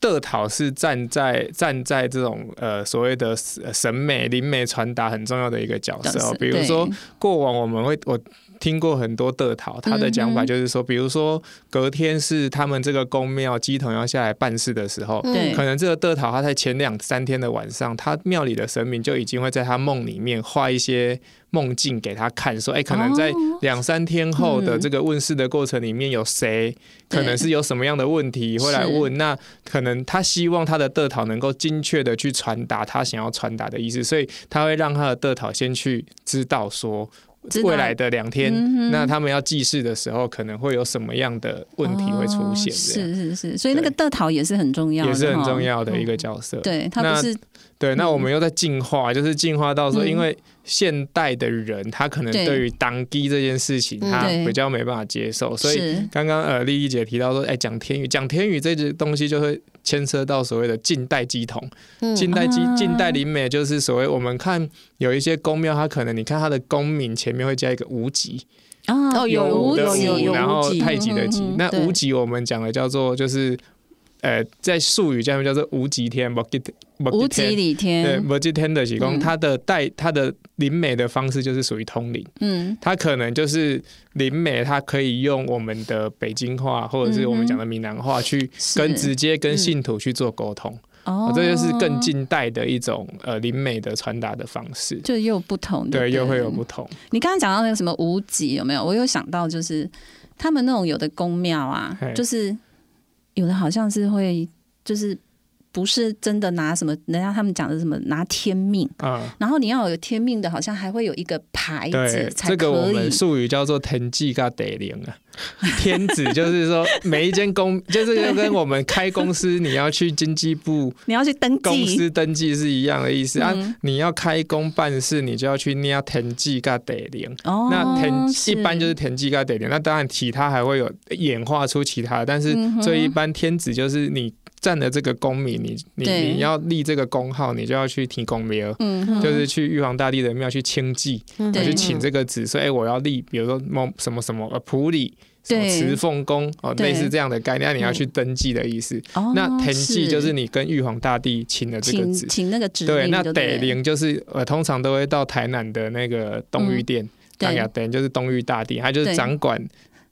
E: 德讨是站在站在这种呃所谓的呃审美、灵媒传达很重要的一个角色哦。比如说，过往我们会我听过很多德讨，他
C: 嗯
E: 的讲法就是说，比如说隔天是他们这个宫庙鸡童要下来办事的时候。
C: 对
E: 可能这个德讨，他在前两三天的晚上，他庙里的神明就已经会在他梦里面画一些梦境给他看，说，哎、可能在
C: 哦嗯
E: 两三天后的这个问世的过程里面，有谁可能是有什么样的问题会来问？那可能他希望他的德讨能够精确的去传达他想要传达的意思，所以他会让他的德讨先去知道说
C: 知道
E: 未来的两天，
C: 嗯哼
E: 那他们要祭祀的时候可能会有什么样的问题会出现，
C: 哦
E: 这
C: 是
E: 样、
C: 是是，所以那个德桃哦也是很重要的，
E: 也是很重
C: 哈。哦
E: 要的一个角色。
C: 对，它不
E: 那
C: 是
E: 对，那
C: 嗯
E: 我们又在进化，就是进化到说，
C: 嗯
E: 因为现代的人他可能
C: 对
E: 对于当机这件事情，
D: 嗯
E: 他
C: 对
E: 比较没办法接受，所以
C: 是
E: 刚刚呃丽丽姐提到说，哎，讲天语，讲天语这些东西就会牵涉到所谓的近代鸡童，
D: 嗯
E: 近代鸡
C: 啊
E: 近代灵美就是所谓我们看有一些宫庙，它可能你看它的宫名前面会加一个无极，
C: 哦
D: 哦有
E: 武
C: 无
E: 的
D: 有有
E: 武
D: 有
E: 然后
D: 无极
E: 太极的极
C: 嗯嗯嗯，
E: 那
D: 对
E: 无极我们讲的叫做就是。呃，在术语下面叫做无极天，无极
C: 无
E: 无
C: 极
E: 极天，
C: 理
E: 对，
C: 天，
E: 无极天的喜功，
C: 嗯
E: 它的带它的灵美的方式就是属于通灵。
C: 嗯，
E: 它可能就是灵美，它可以用我们的北京话或者是我们讲的闽南话去
C: 是
E: 跟直接跟信徒去做沟通，
C: 哦
E: 哦，这就是更，近代的一种呃灵美的传达的方式。
C: 哦就又不同，
E: 对，
C: 不
E: 又会有不同。
C: 你刚刚讲到那个什么无极有没有？我有想到就是他们那种有的宫庙啊
E: 嘿，
C: 就是有的好像是会就是不是真的拿什么，人家他们讲的什么拿天命，
E: 嗯，
C: 然后你要有天命的，好像还会有一个牌
E: 对
C: 子，才
E: 这个我
C: 可以
E: 们。术语叫做“天际嘎得灵”啊， 天子就是说每一间公，就是就跟我们开公司你要去经济部
C: 你要去登
E: 公
C: 记，
E: 司登记是一样的意思
C: 嗯
E: 啊。你要开工办事，你就要去捏田记噶得零。
C: 哦，
E: 那田一般就是是田记噶得零，那当然其他还会有演化出其他的，但是
C: 嗯哼
E: 最一般天子就是你占了这个功名，你你
C: 对
E: 你要立这个功号，你就要去提功庙。
C: 嗯哼，
E: 就是去玉皇大帝的庙去清祭，
D: 嗯
C: 对
E: 去请这个子，说哎、我要立，比如说某什么什么呃普里，什么
C: 对
E: 慈凤宫哦，
C: 对嗯
E: 类似这样的概念，那你要去登记的意思。
C: 哦
E: 那田记就是你跟玉皇大帝请了这个
C: 请
E: 旨，
C: 请那个指
E: 对，
C: 令
E: 那
C: 就
E: 得
C: 对了，
E: 灵就是呃，通常都会到台南的那个东御殿，大雅
C: 嗯对
E: 殿就是东御大帝，他就是
C: 对
E: 掌管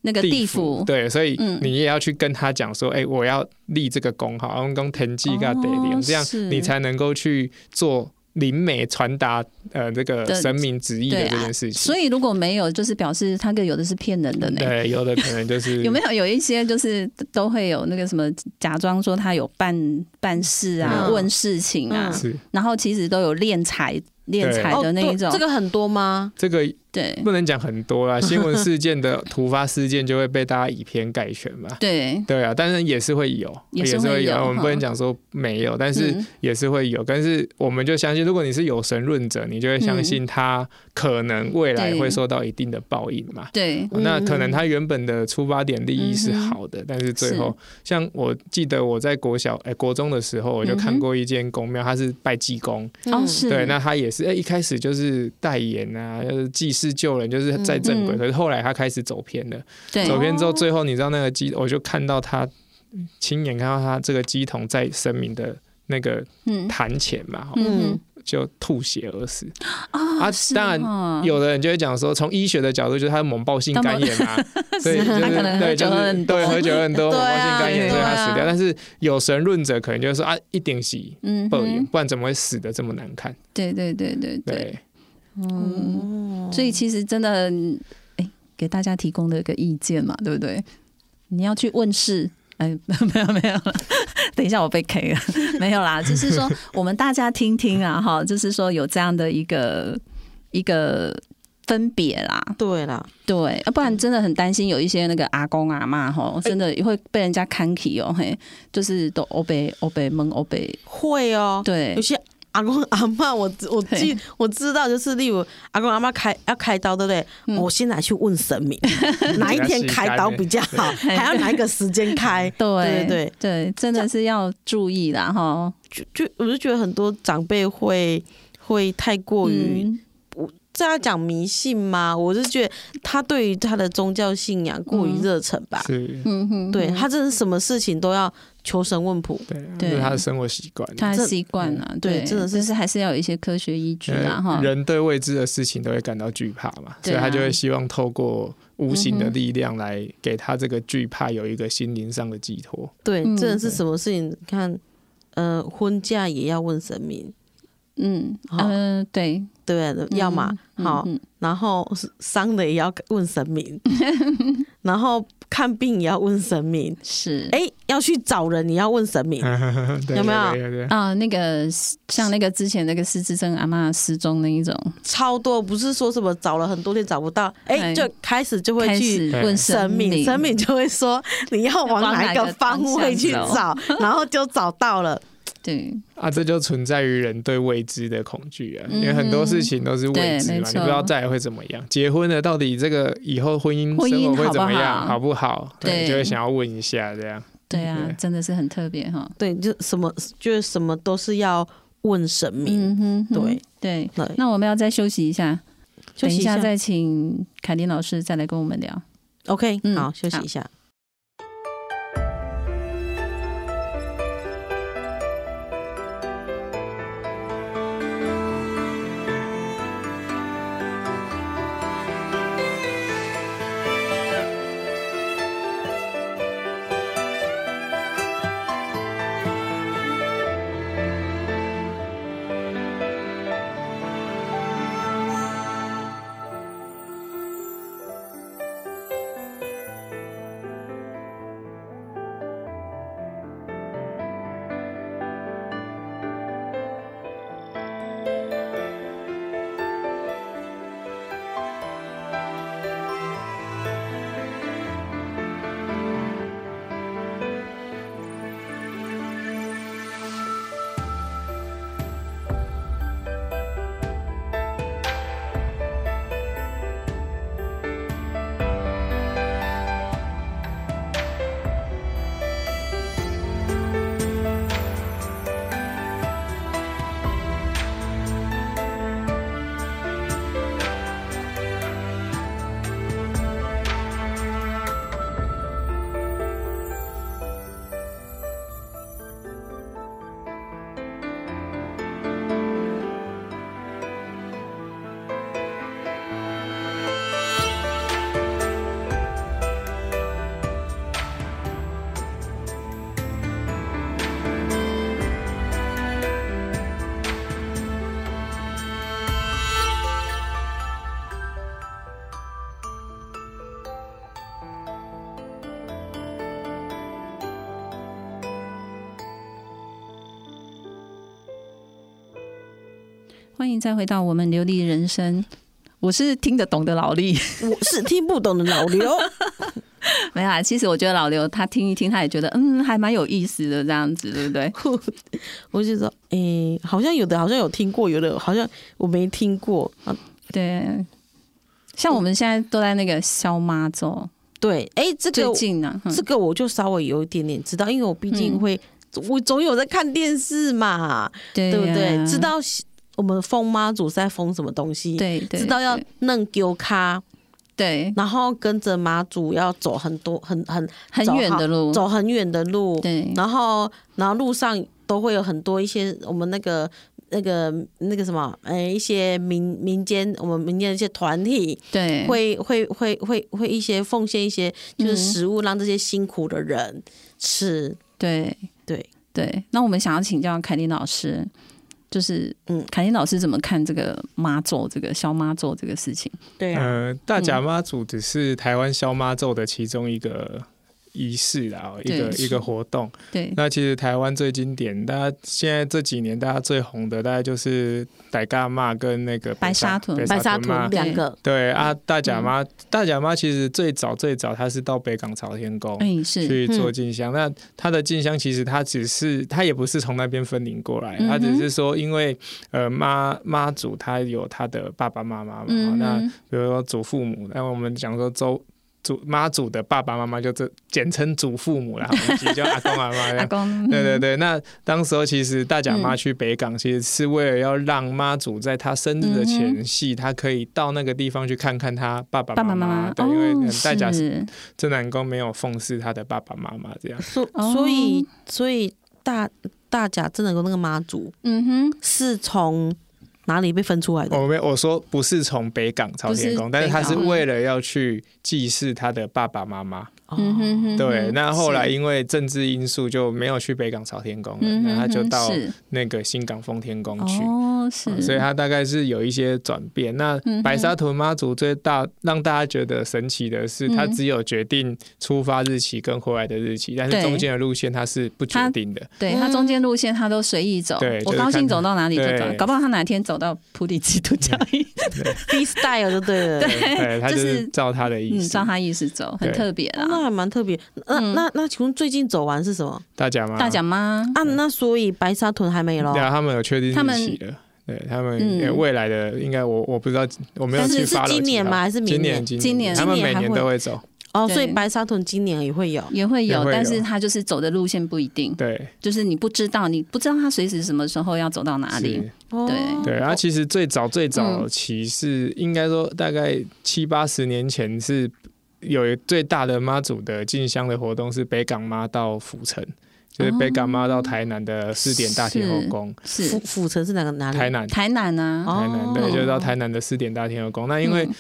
C: 那个
E: 地
C: 地府
E: 对，所以
C: 嗯
E: 你也要去跟他讲说，哎、我要立这个功号，我们讲田记跟得
C: 哦
E: 灵，这样
C: 是
E: 你才能够去做灵媒传达呃这个
C: 的
E: 神明旨意
C: 对啊
E: 的这件事情。
C: 所以如果没有，就是表示他个有的是骗人的呢。
E: 对，有的可 能就是
C: 有没有有一些就是都会有那个什么假装说他有办办事啊、
D: 嗯
C: 问事情啊，
D: 嗯
E: 是
C: 然后其实都有敛财敛财
D: 哦
C: 的那一种，
D: 对这个很多吗？
E: 这个
C: 对
E: 不能讲很多啦，新闻事件的突发事件就会被大家以偏概全嘛。
C: 对
E: 对啊，当然也是会有，
C: 也
E: 也
C: 是会有
E: 有。我们不能
C: 哈
E: 讲说没有，但是
C: 嗯
E: 也是会有。但是我们就相信，如果你是有神论者，你就会相信他可能未来
C: 嗯对
E: 会受到一定的报应嘛。哦
C: 对
D: 嗯
E: 那可能他原本的出发点利益
C: 嗯
E: 是好的，但是最后，像我记得我在国小、哎、国中的时候，我就
C: 嗯
E: 看
C: 哼
E: 过一间公庙，它是拜济公，
C: 哦
D: 嗯
C: 是
E: 对，那他也是，哎、一开始就是代言啊，就是济世救人，就是在正轨、
C: 嗯嗯
E: 可是后来他开始走偏了，
C: 对
E: 走偏之后，
D: 哦
E: 最后你知道那个鸡，我就看到他亲眼看到他这个鸡桶在神明的那个
C: 嗯
E: 坛前嘛，
C: 嗯
D: 嗯
C: 哼
E: 就吐血而死。
C: 啊
E: 啊
C: 是
E: 当然
C: 哦
E: 有的人就会讲说，从医学的角度，就是他猛暴性肝炎嘛，所以就是
C: 啊他可能喝
E: 对，
C: 酒
E: 就
C: 喝很
E: 是
C: 多
E: 对喝酒很多，
D: 对
E: 猛
D: 啊
E: 暴性肝炎，所以他
D: 对啊
E: 死掉。但是有神论者可能就会说啊，一定是
C: 嗯
E: 报应，
C: 哼
E: 不然怎么会死的这么难看？
C: 对对对对对，
E: 对，
C: 嗯，
D: 哦
C: 所以其实真的哎，给大家提供的一个意见嘛，对不对？你要去问事。哎， 没有没有了，等一下我被 K 了， 没有啦，就是说我们大家听听啊，哈，就是说有这样的一个一个分别啦，
D: 对啦，
C: 对，啊，不然真的很担心有一些那个阿公阿妈吼，真的会被人家看起哦，嘿，就是都欧北欧北蒙欧北，
D: 会哦，
C: 对
D: 有，些阿公阿妈，我我记我知道，就是例如阿公阿妈开要开刀，对不对？
C: 嗯
D: 我先来去问神 明，哪一天开刀比较好，还要哪一个时间开？对
C: 对
D: 对
C: 对，真的是要注意啦哈。
D: 对，就就我就觉得很多长辈会会太过于
C: 嗯，
D: 这要讲迷信吗？我是觉得他对于他的宗教信仰过于热忱吧。
E: 是，
C: 嗯哼，
D: 对他真的是什么事情都要求神问卜，
E: 对啊，
C: 对
E: 这是他的生活习惯。
C: 他
D: 这嗯
C: 的习惯啊，
D: 对
C: 对，
D: 真的是
C: 就是还是要有一些科学依据啦
E: 呃
C: 啊哈。
E: 人对未知的事情都会感到惧怕嘛，所
C: 对啊
E: 以他就会希望透过无形的
C: 嗯哼
E: 力量来给他这个惧怕有一个心灵上的寄托。
D: 对，
C: 嗯
D: 真的是什么事情？你看，呃，婚嫁也要问神明，
C: 嗯
D: 好
C: 嗯，对，
D: 对不对？要嘛
C: 嗯
D: 好，
C: 嗯
D: 然后是伤的也要问神 明，然后看病也要问神明，
C: 是。
D: 哎，要去找人也要问神明，
E: 对
D: 有没有
E: 对对对
C: 啊、那个像那个之前那个失智症阿嬷失踪那一种，
D: 超多，不是说什么找了很多天找不到，哎，
C: 哎
D: 就开始就会
C: 开
D: 去。
C: 始
E: 对
C: 问
D: 神明，
C: 明，
D: 神明就会说你要 往
C: 往
D: 哪
C: 哪
D: 一个
C: 个
D: 方
C: 方
D: 位
C: 向
D: 去
C: 走
D: 找，然后就找到了。
C: 对，
E: 啊，这就存在于人对未知的恐惧啊，因为
C: 嗯哼
E: 很多事情都是未知
C: 对
E: 嘛，
C: 没
E: 你
C: 错
E: 不知道再来会怎么样。结婚了，到底这个以后婚姻
C: 婚姻
E: 生活会怎么
C: 好不
E: 样，
C: 好
E: 好不好？
C: 对
E: 你就会想要问一下这样。嗯
C: 对啊，
E: 对
C: 真的是很特别哈。
D: 对，就什么就是什么都是要问神明。
C: 嗯哼哼，
D: 对
C: 对。
D: 对，
C: 那我们要再休息一下，
D: 休息
C: 等
D: 一
C: 一
D: 下
C: 下再请凯琳老师再来跟我们聊。
D: OK，、
C: 嗯
D: 好，休息
C: 好
D: 一下。
C: 欢迎再回到我们流利人生，我是听得懂的老力。
D: 我是听不懂的老 刘，
C: 没有啊，其实我觉得老刘他听一听，他也觉得嗯，还蛮有意思的这样子，对不对？
D: 我就说，诶、好像有的好像有听过，有的好像我没听过啊。
C: 对，像我们现在都在那个消妈咒，
D: 对，诶、这
C: 最
D: 个
C: 近呢、嗯
D: 这个我就稍微有一点点知道，因为我毕竟
C: 嗯
D: 会，我总有在看电视嘛，
C: 对
D: 对不对？
C: 啊
D: 知道我们封妈祖是在封什么东西，
C: 对对，
D: 知道要
C: 对
D: 弄丢咖，
C: 对
D: 然后跟着妈祖要走很多很很
C: 很
D: 走
C: 远
D: 好
C: 的路，
D: 走很远的路，
C: 对
D: 然后然后路上都会有很多一些我们那个那个那个什么，呃，一些民民间我们民间的一些团体
C: 对
D: 会会会会会一些奉献一些就是
C: 嗯
D: 食物让这些辛苦的人吃，
C: 对
D: 对
C: 对。那我们想要请教凯琳老师，就是
D: 嗯
C: 嗯，凯琳老师怎么看这个妈咒这个消妈咒这嗯个事情？
D: 对，啊
E: 呃，大甲妈祖只是台湾消妈咒的其中一个仪式啊，一个
C: 对
E: 一个活动。
C: 对，
E: 那其实台湾最经典，大家现在这几年大家最红的，大概就是傣嘎嘛跟那个
C: 白沙屯嗯
D: 白沙
E: 嘛
D: 屯两个，
E: 对啊，大甲妈，大甲妈其实最早最早她是到北港朝天宫。
C: 嗯是，
E: 去做进香，那她的进香其实她只是她也不是从那边分灵过来，
C: 嗯哼
E: 她只是说因为呃妈妈祖她有她的爸爸妈妈嘛，
C: 嗯
E: 哦那
C: 哼
E: 比如说祖父母，那我们讲说周祖妈祖的爸爸妈妈就这简称祖父母啦，我们其实叫阿公阿妈
C: 阿
E: 这样。
C: 公，
E: 对对
C: 嗯
E: 对，那当时候其实大甲妈去北港，其实是为了要让妈祖在她生日的前夕，她可以到那个地方去看看她爸爸
C: 爸
E: 妈
C: 爸妈
E: 妈。
C: 妈，
E: 对，因为
C: 哦
E: 呃大甲
C: 是
E: 正南宫没有奉祀她的爸爸妈妈这样。
D: 所
C: 哦
D: 所以所以大大甲真的有那个妈祖
C: 嗯
D: 是从哪里被分出来的？
E: 哦我没有我说不是从北港朝
C: 不是
E: 天宫，
C: 北港
E: 但是她是为了要去祭祀她的爸爸妈妈。
C: 哼，嗯
D: 哦
C: 哼哼，
E: 哦对，
C: 哼
E: 那后来
C: 是
E: 因为政治因素就没有去北港朝天宫了，
C: 嗯
E: 那
C: 哼
E: 她就
C: 哼
E: 到
C: 是
E: 那个新港奉天宫去。
C: 哦是，
E: 所以它大概是有一些转变。那
C: 嗯哼
E: 白沙屯妈祖最大让大家觉得神奇的是，
C: 嗯
E: 它只有决定出发日期跟回来的日期，但是
C: 对
E: 中间的路线它是不决定的。
C: 对他中间路线他都随意走，
E: 嗯对
C: 我
E: 就是
C: 高兴
E: 看
C: 走到哪里就走
E: 对，
C: 搞不好他哪天走到普里基督教义，
D: freestyle 就对了。
E: 对，它 就
C: 就是
E: 是照它的意
C: 嗯，
E: 思。
C: 照他意思走，很
E: 对
C: 特别
D: 哦
C: 啦。
D: 那还蛮特别。那
C: 嗯
D: 那那，请问最近走完是什么
E: 大甲吗？
C: 大甲妈，
D: 啊？那所以白沙屯还没咯
E: 对，啊，他们有确定
C: 他
E: 日
C: 们
E: 期的。对他们
C: 嗯
E: 呃未来的应该我我不知道我没有
D: 但是
E: 去
D: 是
E: 发了
D: 今年吗还是明
E: 今
D: 年
E: 年今
C: 今年
E: 他们
D: 今
E: 每
D: 年还
E: 年
D: 会
E: 都会走。
D: 哦，
C: 对
D: 所以白沙屯今年也会有。
C: 也会
E: 也
C: 有，
E: 会
C: 但
E: 有
C: 是他就是走的路线不一定，
E: 对，
C: 就是你不知道，你不知道他随时什么时候要走到哪里
E: 是。
D: 哦
C: 对
E: 对，然后其实最早最早
C: 嗯
E: 期是、应该说大概七八十年前是有一最大的妈祖的进香的活动是北港妈到府城，就是北港妈到台南的四点大天后宫，
D: 府
C: 是
D: 府城是哪个哪里？
E: 台南。
C: 台南啊，
E: 台南对，就是到台南的四点大天后宫。那因为
C: 嗯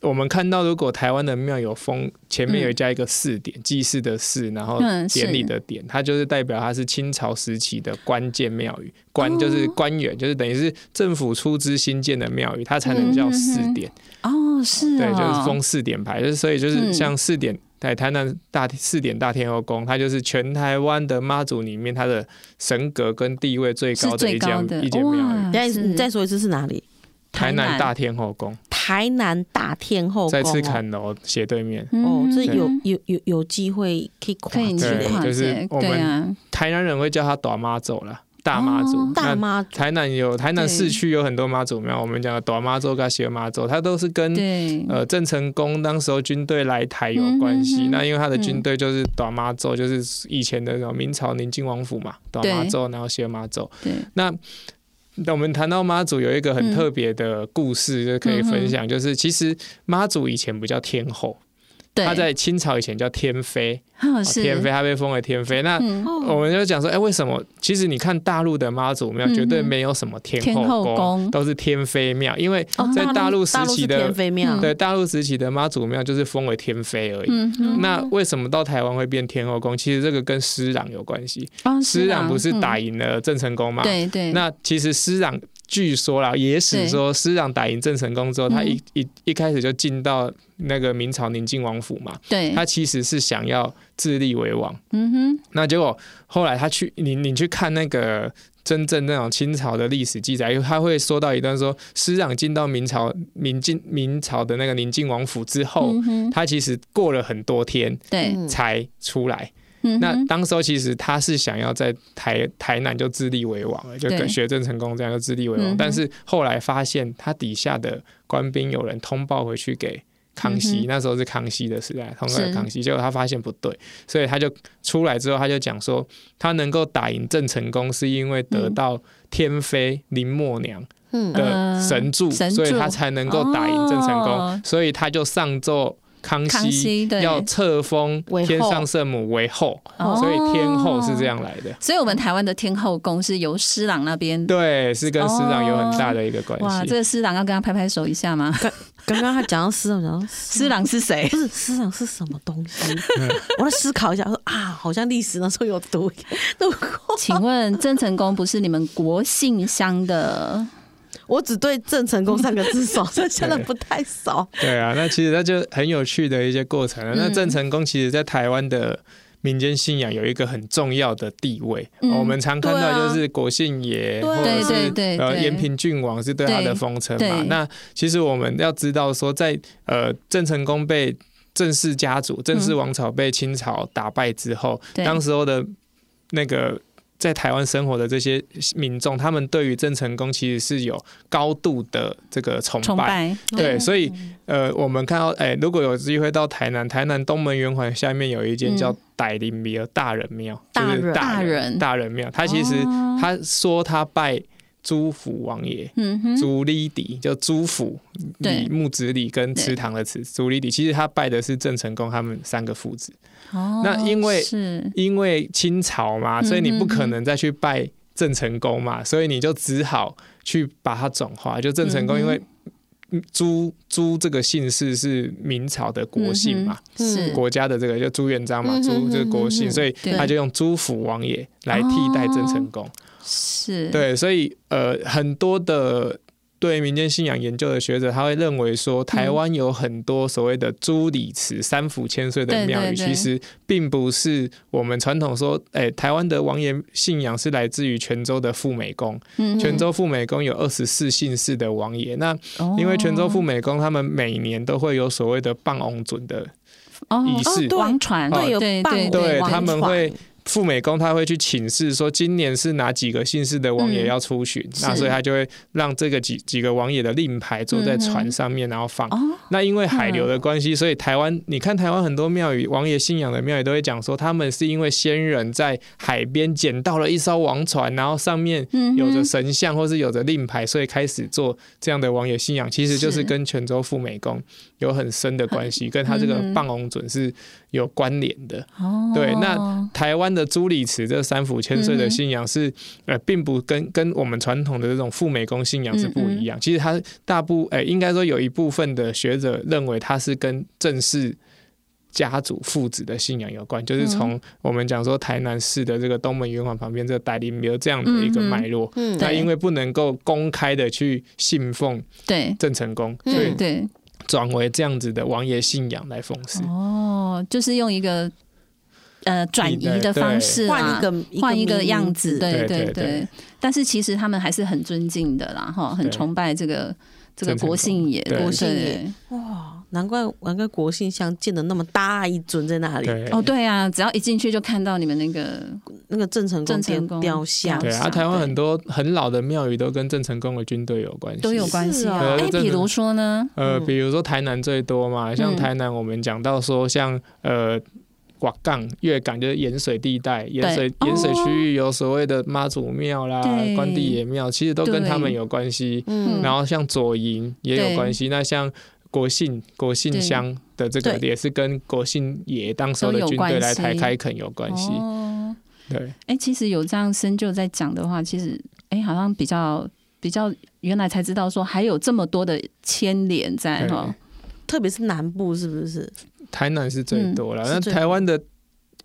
E: 我们看到，如果台湾的庙有封，前面有加一个四点，祭祀的祀，然后
C: 嗯是
E: 典礼的典，它就是代表它是清朝时期的关键庙宇，官
C: 哦
E: 就是官员，就是等于是政府出资新建的庙宇，它才能叫四点，
C: 哦嗯是嗯
E: 对，就是
C: 哦，
E: 封四点牌，就是所以就是像四点。在台南大四点大天后宫，它就是全台湾的妈祖里面，它的神格跟地位最
C: 是
E: 高的
C: 最
E: 一间
C: 高的
E: 一间庙宇。
C: 哇！
D: 等一下
C: 是
D: 你再说一次是哪里？
E: 台南
C: 南
E: 大天后宫，
D: 台南大天后宫
E: 在
D: 哦
E: 赤坎楼斜对面。
D: 哦，这有
C: 嗯
D: 有有有机会可以
C: 可
D: 跨
C: 以
D: 界
C: 去
E: 对
C: 跨
E: 就是
C: 界，
E: 我们
C: 对啊，
E: 台南人会叫它短妈祖啦，大妈祖。
C: 哦
E: 那
D: 大妈祖
E: 台南有台南
C: 对
E: 市区有很多妈祖庙，我们讲的短妈祖跟斜妈祖，它都是跟
C: 对，
E: 呃郑成功当时候军队来台有关系。
C: 嗯哼哼
E: 那因为他的军队就是短妈祖，就是以前的那种明朝宁靖王府嘛，短妈祖，然后斜妈祖。
C: 对，
E: 那那我们谈到妈祖有一个
C: 嗯
E: 很特别的故事，就可以分享，就是其实妈祖以前不叫天后，
C: 对，
E: 她在清朝以前叫天妃，
C: 哦
E: 哦
C: 是
E: 天妃她被封为天妃。那
C: 嗯
E: 我们就讲说，哎、为什么？其实你看大陆的妈祖庙
C: 嗯哼
E: 绝对没有什么天
C: 天后
E: 后
C: 宫
E: 宫，都是天妃庙，因为
D: 哦
E: 在
D: 大
E: 大陆时
D: 大陆
E: 期
D: 是
E: 的
D: 天妃庙
C: 嗯，
E: 对大陆时期的妈祖庙就是封为天妃而已。
C: 嗯哼，
E: 那为什么到台湾会变天后宫？其实这个跟施琅有关系。
C: 哦
E: 施琅啊不是打
C: 嗯
E: 赢了郑成功嘛？
C: 对对，
E: 那其实施琅据说啦，野史说施琅打赢郑成功之后，他
C: 嗯
E: 一一一开始就进到那个明朝宁靖王府嘛，
C: 对，
E: 他其实是想要自立为王。
C: 嗯
E: 那结果后来他去，你你去看那个真正那种清朝的历史记载，因为他会说到一段说，师长进到明朝明晋明朝的那个宁靖王府之
C: 哼，
E: 后，
C: 嗯哼，
E: 他其实过了很多天
C: 对，
D: 嗯
E: 才出来。
C: 嗯
E: 那
C: 哼
E: 当时候其实他是想要在台台南就自立为王了，就
C: 对
E: 跟学郑成功这样就自立为
C: 嗯
E: 王，
C: 哼
E: 但是后来发现他底下的官兵有人通报回去给。康
C: 嗯
E: 熙
C: 哼
E: 那时候是康熙的时代，通过
C: 是
E: 康熙，结果他发现不对，所以他就出来之后，他就讲说，他能够打赢郑成功，是因为得
C: 嗯
E: 到天妃林默娘
D: 嗯
E: 的神助，
C: 呃神
E: 所以
C: 助
E: 他才能够打赢郑成功，
C: 哦
E: 所以他就上奏康
C: 康熙对
E: 要册封
D: 为
E: 天
D: 后
E: 上圣母为后，
C: 哦
E: 所以天后是这样来的。
C: 所以我们台湾的天后宫是由施琅那边。
E: 对，是跟师长有很大的一个关
C: 哇，这
E: 系。
C: 个施琅要跟他拍拍手一下吗？
D: 刚刚他讲到思想，嗯讲到思
C: 施琅是谁？
D: 不是思想是什么东 西？我在思考一下，说啊，好像历史那时候有读读过。
C: 请问郑成功不是你们国姓乡的
D: 我只对郑成功三个字熟，剩下的不太熟。
E: 对啊，那其实那就很有趣的一些过程啊
C: 嗯
E: 了。那郑成功其实在台湾的民间信仰有一个很重要的地位，
C: 嗯
E: 哦我们常看
D: 对啊
E: 到就是果信爷、
D: 对啊
E: 或者是
C: 对对对
E: 呃
C: 对
E: 延平郡王是对他的封称
C: 对
E: 嘛
C: 对。
E: 那其实我们要知道说在，呃郑成功被郑氏家族、郑氏王朝被清朝打败之后，
C: 嗯对
E: 当时候的那个。在台湾生活的这些民众，他们对于郑成功其实是有高度的这个崇
C: 崇
E: 拜，
C: 拜，哦
E: 对，所以
C: 嗯
E: 呃，我们看到，哎、如果有机会到台南，台南东门圆环下面有一间叫
C: 嗯
E: 傣林庙大人庙，
D: 大
E: 就
D: 人
E: 是大
C: 大人
E: 人大人庙，他其实、
C: 哦
E: 他说他拜朱福王爷。
C: 嗯哼，
E: 朱立底叫朱府，
C: 对
E: 李木子李跟
C: 对
E: 池塘的池朱立底，其实他拜的是郑成功他们三个父子，
C: 哦
E: 那因为
C: 是
E: 因为清朝
D: 嗯
E: 嘛，所以你不可能再去拜郑成功嘛，所以你就只好去把它转化。就郑成功，
C: 嗯哼
E: 因为朱朱这个姓氏是明朝的国姓嘛，
C: 是
E: 嗯国家的这个就朱元璋嘛，
D: 嗯哼
E: 朱这个
D: 嗯
E: 国
D: 哼嗯
E: 姓，
D: 哼
E: 所以
C: 对
E: 他就用朱福王爷来替代郑成功。
C: 是，
E: 对，所以呃，很多的。对民间信仰研究的学者，他会认为说，台湾有很多所谓的朱理祠、三府千岁的庙宇，
C: 对对对
E: 其实并不是我们传统说，哎，台湾的王爷信仰是来自于泉州的富美宫。
C: 嗯哼
E: 泉州富美宫有二十四姓氏的王爷，那
C: 哦
E: 因为泉州富美宫他们每年都会有所谓的棒翁准的
C: 哦
E: 仪式
C: 哦对王船，
E: 哦
C: 对
D: 有
C: 对
D: 棒
C: 对
E: 对
D: 王
E: 他们
D: 船
E: 会赴美宫他会去请示说，今年是哪几个姓氏的王爷要出巡，
C: 嗯是
E: 那所以他就会让这个几几个王爷的令牌坐在船上面，然后放。
C: 嗯哦，
E: 那因为海流的关系，所以台湾你看台湾很多庙宇，王爷信仰的庙宇都会讲说，他们是因为先人在海边捡到了一艘王船，然后上面
C: 嗯哼
E: 有着神像或是有着令牌，所以开始做这样的王爷信仰，其实就是跟泉州赴美宫有很深的关系，跟他这个
C: 嗯哼
E: 棒翁准是有关联的。
C: 哦，
E: 对那台湾的朱理祠这三府千岁的信仰是、
C: 嗯
E: 呃，并不跟跟我们传统的这种赴美宫信仰是不一
C: 嗯
E: 样。其实它大部呃，应该说有一部分的学者认为它是跟正式。家族父子的信仰有关，
C: 嗯
E: 就是从我们讲说台南市的这个东门圆环旁边这个傣陵庙这样的一个脉络。
D: 嗯
E: 那
C: 对
E: 因为不能够公开的去信奉
C: 对
E: 郑成功，
D: 嗯
E: 所以
C: 对对，
E: 转为这样子的王爷信仰来奉祀。
C: 哦，就是用一个呃转移
E: 你的
C: 的方
E: 对
C: 式
D: 啊换
C: 啦
D: 一个
C: 换一个
D: 名
C: 样子，对
E: 对
C: 对
E: 对对
C: 但是其实他们还是很尊敬的啦，哈，很
E: 对
C: 崇拜这个这个
E: 郑成
C: 国姓
E: 功
C: 爷，
E: 对
C: 对
E: 国
D: 姓爷
C: 对
D: 哇，难怪难怪国姓像建的那么大一尊在那里，
E: 对，
C: 哦，对啊，只要一进去就看到你们那个
D: 那个郑成功
C: 郑成功
D: 雕雕像，
E: 对
C: 像
E: 啊，台湾
C: 哦对
E: 很多很老的庙宇都跟郑成功的军队有关系，
C: 都有关系
D: 是啊
C: 啊。哎，
E: 对
C: 比如说呢，
E: 呃，
D: 嗯
E: 比如说台南最多嘛，像
C: 嗯
E: 台南我们讲到说像呃。瓦岗、月港就是盐水地带，盐水
C: 哦
E: 盐水区域有所谓的妈祖庙啦
C: 对、
E: 关帝爷庙，其实都跟他们有关系。
D: 嗯
E: 然后像左营也
C: 对
E: 有关系，那像国姓国姓
C: 对
E: 乡的这个
D: 对
E: 也是跟国姓爷当时候的
C: 都有
E: 军队
C: 关
E: 来
C: 系
E: 台开垦有关系。
C: 哦，
E: 对，
C: 哎，其实有这样深究在讲的话，其实哎，好像比较比较原来才知道说还有这么多的牵连在
E: 对
C: 哈。
D: 特别是南部是不是？
E: 台南是最多了。
D: 嗯
E: 那
D: 是最
E: 台湾的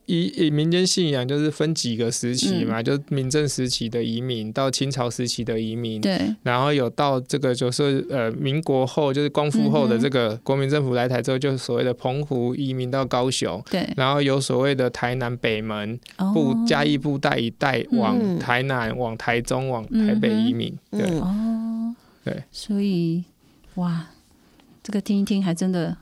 E: 以以民间信仰就是分几个时期
C: 嗯
E: 嘛，就是民政时期的移民，到清朝时期的移民，
C: 对，
E: 然后有到这个就是呃民国后，就是光复后的这
C: 嗯
E: 个国民政府来台之后，就是所谓的澎湖移民到高雄。
C: 对，
E: 然后有所谓的台南北门、
C: 哦
E: 布嘉义布袋一带往
D: 嗯
E: 台南、往台中、往台北移民，对，
D: 嗯，
C: 哦，
E: 对，
C: 所以哇，这个听一听还真的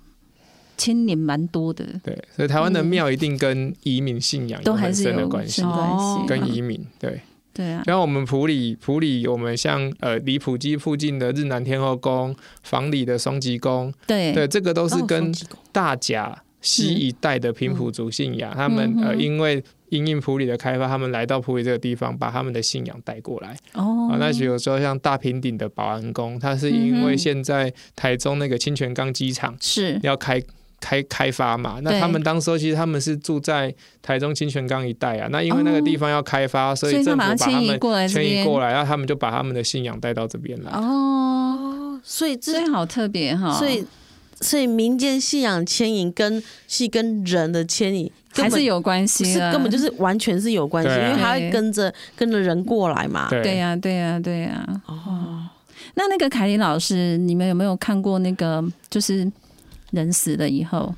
C: 牵连蛮多的，
E: 对，所以台湾的庙一定跟移民信仰
C: 嗯都
E: 有
C: 还
E: 很
C: 是
E: 深的
C: 有
E: 关系
C: 深，关系
D: 哦
C: 嘛，
E: 跟移民对。
C: 对啊，
E: 像我们普里，普里我们像呃离普基附近的日南天后宫、房里的双极宫，
C: 对
E: 对，这个都是
D: 哦
E: 跟
D: 双旗鼓
E: 大甲西一带的平埔族信仰，他们
C: 嗯
E: 呃
C: 哼
E: 因为因应普里的开发，他们来到普里这个地方，把他们的信仰带过来。
C: 哦
E: 啊，那比如说像大平顶的保安宫，它是因
C: 嗯哼
E: 为现在台中那个清泉岗机场
C: 是
E: 要开开开发嘛，
C: 嗯对
E: 那他们当时候其实他们是住在台中清泉岗一带啊，那因为那个地方要开发，所
C: 哦所
E: 以
C: 以
E: 政
C: 他把
E: 府把
C: 它
E: 他
C: 迁移
E: 们
C: 过来这
E: 迁移过
C: 边，
E: 来，然后他们就把他们的信仰带到这边来。
C: 哦，
D: 所以这
C: 所以好特别哈，
D: 所以所以民间信仰牵引跟是跟人的牵引根
C: 还
D: 本
C: 是有关系啊
D: 是
C: 的，
D: 根本就是完全是有关系，
E: 对啊
D: 因为他会跟着跟着人过来嘛。
E: 对
C: 对呀，对呀，对呀，嗯
D: 哦，
C: 那那个凯琳老师，你们有没有看过那个就是人死了以后，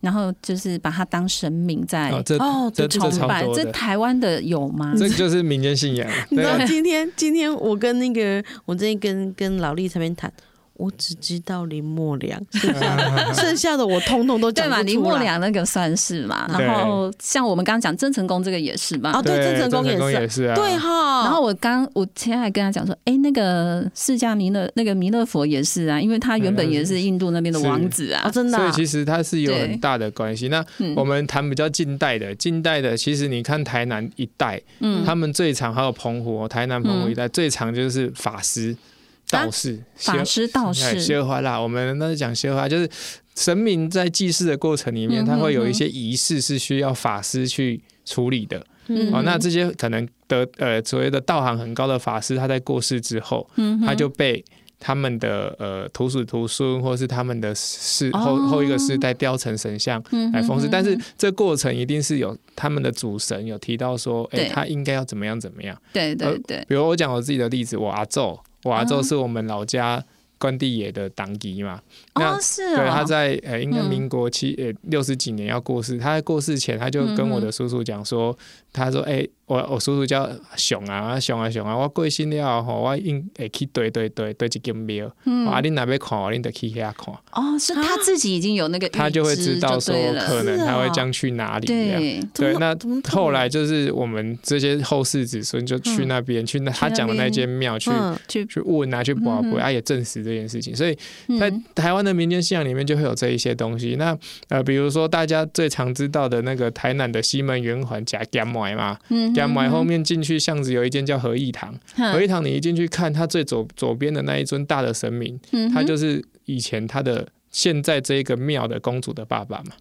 C: 然后就是把他当神明在
E: 哦，这
D: 哦
E: 这
D: 这
E: 这
C: 崇
E: 超
C: 拜？
E: 多
C: 这
E: 的，
C: 台湾的有吗？
E: 这就是民间信 仰。
D: 你知道
E: 对
D: 今天今天我跟那个我最近跟跟老厉这边谈，我只知道林默 良，剩下的剩下的我通通都讲
C: 对嘛，
D: 不出来。
C: 林默良那个算是嘛，
E: 对
C: 然后像我们刚刚讲郑成功这个也是嘛。
D: 啊，对，
E: 对，
D: 郑成
E: 郑
D: 功
E: 成功
D: 也
E: 也
D: 是，
E: 是啊，
D: 对哈。
C: 然后我刚我前天还跟他讲说，哎、那个释迦弥勒那个弥勒佛也是啊，因为他原本也是印度那边的王子啊
D: 啊，，真的
E: 所
D: 啊
E: 以其实它是有
C: 对
E: 很大的关系。那
C: 嗯
E: 我们谈比较近代的，近代的其实你看台南一带，
C: 嗯
E: 他们最常还有澎湖哦，台南澎湖一带、最常就是法师、道士、
C: 法
E: 修
C: 师道
E: 哎
C: 士，
E: 修花啦。我们那是讲修花，就是神明在祭祀的过程里面，
C: 嗯
E: 他会有
C: 嗯
E: 一
C: 嗯
E: 些仪式是需要法师去处理的。
C: 嗯
E: 哦，那这些可能的呃所谓的道行很高的法师，他在过世之后，
C: 嗯哼
E: 他就被他们的呃徒子徒孙，或是他们的世后
C: 哦
E: 后一个世代雕成神像
C: 嗯
E: 来奉祀。
C: 嗯
E: 但是
C: 嗯
E: 这过程一定是有他们的主神有提到说，哎、
C: 对
E: 他应该要怎么样怎么样。
C: 对对对，
E: 比如我讲我自己的例子，我阿昼，我阿
C: 哦
E: 昼是我们老家关帝爷的党籍嘛，那
C: 哦是
E: 对，他
C: 哦，
E: 在呃，应该
C: 嗯
E: 民国七呃六十几年要过世，他在过世前他就跟我的叔叔讲说，他说哎、我我叔叔叫熊啊熊啊熊啊，我过身了吼，我应会去对对对对一间庙，
C: 嗯
E: 哦啊你哪边看，你得去遐看，
C: 哦是他自己已经有那个，
E: 他就会知道说
C: 对
E: 可
C: 了，
E: 能他会
D: 是啊
E: 将去哪里这样。
C: 对，
D: 怎
E: 对，
D: 么
E: 那
D: 怎么
E: 后来就是我们这些后世子孙就去那边、去那他
C: 去那
E: 讲的那
C: 边
E: 间庙去、
D: 嗯
C: 去
E: 去问啊，去卜
C: 嗯
E: 卜，
C: 哼
E: 啊也证实这件事情，所以在
C: 嗯
E: 台湾的民间信仰里面就会有这一些东西。那呃，比如说大家最常知道的那个台南的西门圆环夹夹买嘛，
C: 嗯
E: 夹买后
C: 面
E: 面进去巷子有一间叫和义堂，和义堂你一进去看，它最左左边的那一尊大的神明，
C: 嗯
E: 他就是以前他的。现在这个庙的公主的爸爸嘛，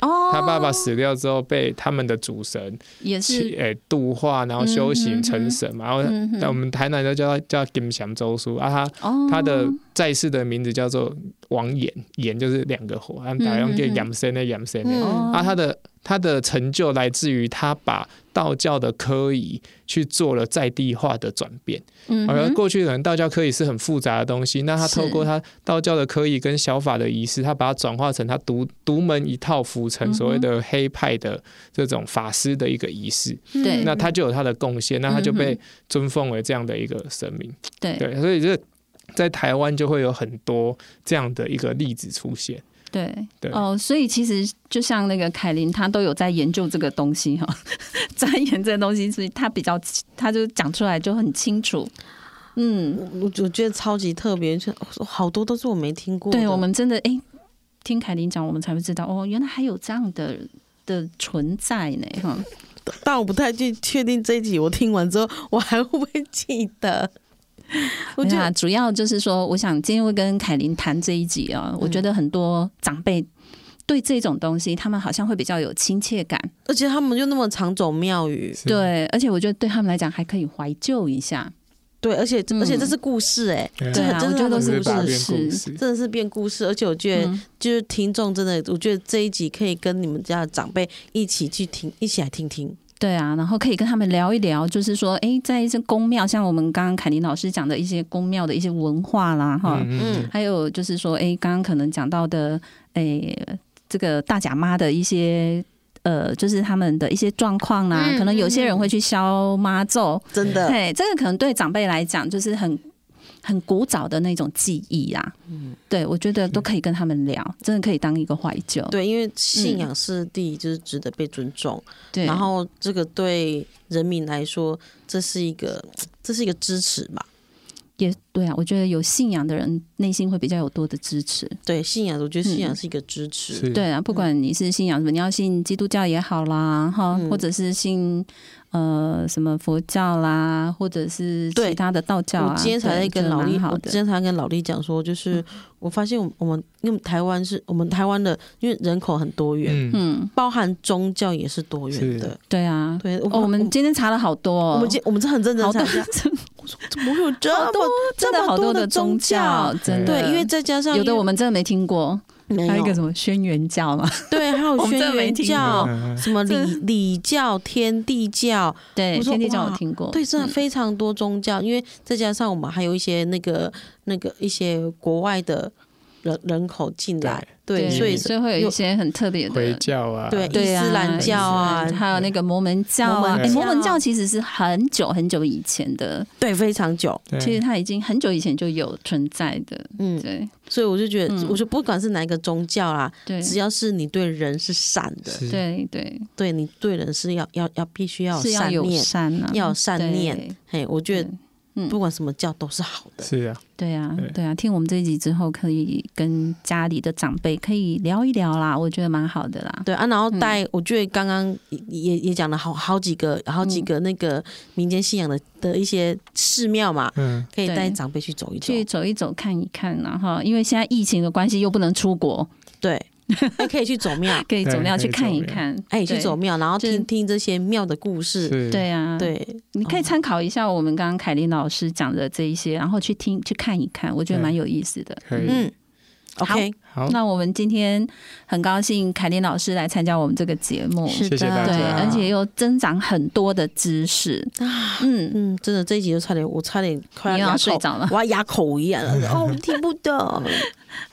C: 哦，
E: 他爸爸死掉之后被他们的主神
C: 也
E: 去
C: 是，
E: 诶度化，然后
C: 嗯
E: 修
C: 哼
E: 行成神嘛，然后
C: 嗯哼
E: 那我们台南都叫他叫金祥周叔啊，他
C: 哦
E: 他的在世的名字叫做王衍，衍就是两个火，他们打用叫
C: 嗯嗯嗯哦
E: 养生的养生的。
D: 嗯
E: 啊，他的他的成就来自于他把道教的科仪去做了在地化的转变。
C: 嗯
E: 而、
C: 哼
E: 过去可能道教科仪是很复杂的东西，那他
C: 是
E: 透过他道教的科仪跟小法的仪式，他把它转化成他独独门一套服
C: 嗯
E: 成所谓的黑派的这种法师的一个仪式。
D: 嗯
C: 对
E: 那他就有他的贡献，那他就
C: 嗯
E: 被尊奉为这样的一个神明。
C: 对
E: 对，所以这在台湾就会有很多这样的一个例子出现。
C: 对
E: 对
C: 哦，所以其实就像那个凯琳，她都有在研究这个东西哈， 钻研这个东西，所以她比较，她就讲出来就很清楚。嗯，
D: 我我我觉得超级特别，就好多都是我没听过的。
C: 对，我们真的哎、听凯琳讲，我们才会知道哦，原来还有这样的的存在呢哈。
D: 但我不太去确定这一集我听完之后，我还会不会记得？我
C: 没
D: 觉
C: 有啊，
D: 得
C: 主要就是说，我想今天会跟凯琳谈这一集啊、我觉得很多长辈对这种东西，他们好像会比较有亲切感。
D: 而且他们就那么常走庙宇，
C: 对，而且我觉得对他们来讲还可以怀旧一下。
D: 对，而且
C: 嗯
D: 而且这是故事哎、
E: 对
C: 对
D: 这
C: 啊，
D: 真
C: 我
D: 的
C: 觉得
D: 都
E: 只
D: 是
E: 是
C: 故
E: 把它
C: 事
E: 变
C: 是。
E: 故事。
D: 真的是变故事，而且我觉得
C: 嗯
D: 就是听众真的，我觉得这一集可以跟你们家的长辈一起去听，一起来听听。
C: 对啊，然后可以跟他们聊一聊，就是说，哎，在一些宫庙，像我们刚刚凯琳老师讲的一些宫庙的一些文化啦，哈，
E: 嗯，
C: 还有就是说，哎，刚刚可能讲到的，哎，这个大甲妈的一些。呃，就是他们的一些状况啦，
B: 嗯
C: 可能有些人
B: 嗯
C: 会去消妈咒，
D: 真的，
C: 对，这个可能对长辈来讲就是很很古早的那种记忆啊。嗯，对，我觉得都可以跟他们聊，真的可以当一个怀旧。
D: 对，因为信仰是第一，就是值得被尊重。
C: 嗯对，
D: 然后这个对人民来说，这是一个这是一个支持嘛？
C: 也对啊，我觉得有信仰的人内心会比较有多的支持。
D: 对，信仰，我觉得信仰
C: 嗯
D: 是一个支持。
E: 是
C: 对啊，不管你是信仰什么，你要信基督教也好啦，哈，
D: 嗯
C: 或者是信呃什么佛教啦，或者是其
D: 对
C: 他的道教啊。
D: 我今天才在
C: 对
D: 跟
C: 真的
D: 老
C: 蛮
D: 力，
C: 好
D: 我今
C: 的，嗯
D: 天才跟老力讲说，就是我发现我们我们因为我们台湾是我们台湾的，因为人口很多元，
E: 嗯，
C: 嗯，
D: 包含宗教也是多元的
E: 是。
C: 对啊。
D: 对，
C: 哦，我们今天查了好多、哦，
D: 我们今我们这很认真
C: 好
D: 查
C: 多
D: 一下，怎么会有这
C: 好
D: 么
C: 多真的好
D: 多
C: 的
D: 的宗
C: 教，真的
D: 对？因为再加上
C: 有的
D: 因为
C: 我们真的没听过，
D: 没
C: 还有一个
D: 有
C: 什么轩辕教嘛？
D: 对，还 有
C: 我们真
D: 轩
C: 的没
D: 辕
C: 听
D: 教、
E: 嗯
D: 什么礼礼教、天地教，
C: 对，
D: 我说
C: 天地教我
D: 哇
C: 听过，
D: 对，真的
C: 嗯
D: 非常多宗教，因为再加上我们还有一些那个那个一些国外的人人口进来，对，所以
C: 所以会有一些很特别
E: 回
C: 的。
E: 教啊，
D: 对
C: 对啊，
D: 伊斯兰教啊
C: 伊斯兰还有那个摩门教
D: 摩
C: 啊，
D: 门
C: 诶
D: 教
C: 摩门教其实是很久很久以前的，
D: 对非常久，
E: 对
C: 其实它已经很久以前就有存在的，
D: 嗯，
C: 对
D: 所以我就觉得，
C: 嗯
D: 我就不管是哪一个宗教啦，
C: 对
D: 只要是你对人是善的，
E: 是
C: 对对，
D: 对你对人是要要要必须要
C: 是
D: 有
C: 要
D: 善
C: 有
D: 念，
C: 善啊，
D: 要有善念。
C: 对，
D: 嘿，我觉得
C: 对嗯
D: 不管什么教都是好的。
E: 是啊，
C: 对啊
E: 对，
C: 对啊，听我们这一集之后，可以跟家里的长辈可以聊一聊啦，我觉得蛮好的啦。
D: 对啊，然后带，我觉得刚刚也也也讲了好好几个好几
C: 嗯
D: 个那个民间信仰的的一些寺庙嘛，
E: 嗯，
D: 可以带
C: 对
D: 长辈去走一走
C: 去，走一走，看一看，然后因为现在疫情的关系，又不能出国，
D: 对，还可以去走 庙，
C: 可以
E: 对
C: 总要
E: 可以
C: 去看
E: 走
C: 一
E: 庙
C: 看。
D: 哎，去
C: 对
D: 走庙，然后
C: 就是
D: 听听这些庙的故事，
E: 是，
C: 对啊，，
D: 对，
C: 你可以参考一下我们刚刚凯琳老师讲的这一些，然后去听去看一看，我觉得蛮有意思的。
E: 可以，
D: 嗯，OK，
E: 好，
C: 那我们今天很高兴凯琳老师来参加我们这个节目，
D: 是
E: 谢谢大
D: 的，
E: 家
C: 对，
E: 啊
C: 而且又增长很多的知识。嗯，
D: 嗯，真的这一集就差点，我差点快
C: 你又
D: 要
C: 要
D: 哑
C: 睡
D: 口，
C: 着了。
D: 我要哑口无言 了，哦，我听不懂，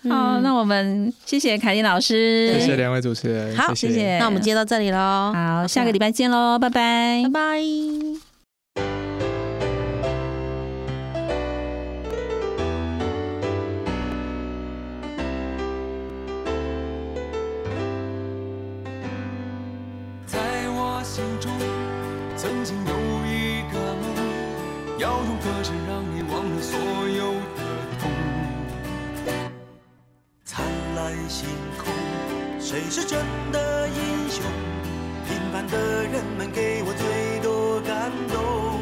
D: 嗯
C: 好，那我们谢谢凯琳老师，
E: 谢谢两位主持人，
D: 好
C: 谢谢。
D: 嗯那我们今天哦到这里喽，
C: 好，下个礼拜见喽，拜拜
D: 拜拜。
F: 在我心中，曾经有一个梦，要用歌声让你忘了所有的痛。
G: 灿烂星空，谁是真的英雄？平凡的人们给我最多感动。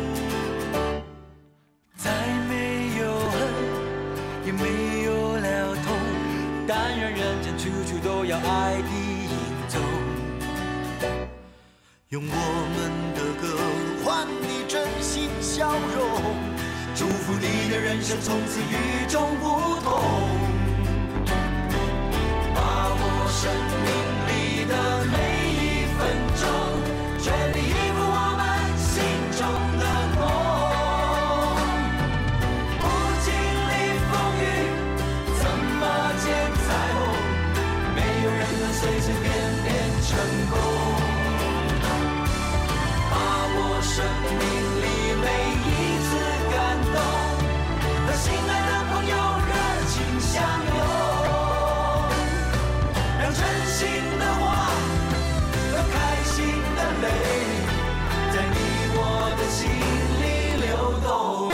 F: 再没有恨，也没有了痛，但愿人间处处都有爱的影踪。
G: 用我们的歌换你真心笑容，祝福你的人生从此与众不同。把握生命里的每一分钟，全力以赴我们心中的梦。不经历风雨，怎么见彩虹？没有人能随随便便成功。把握生命里每一次感动，和心爱的朋友热情相拥，让真心的话和开心的泪，在你我的心里流动。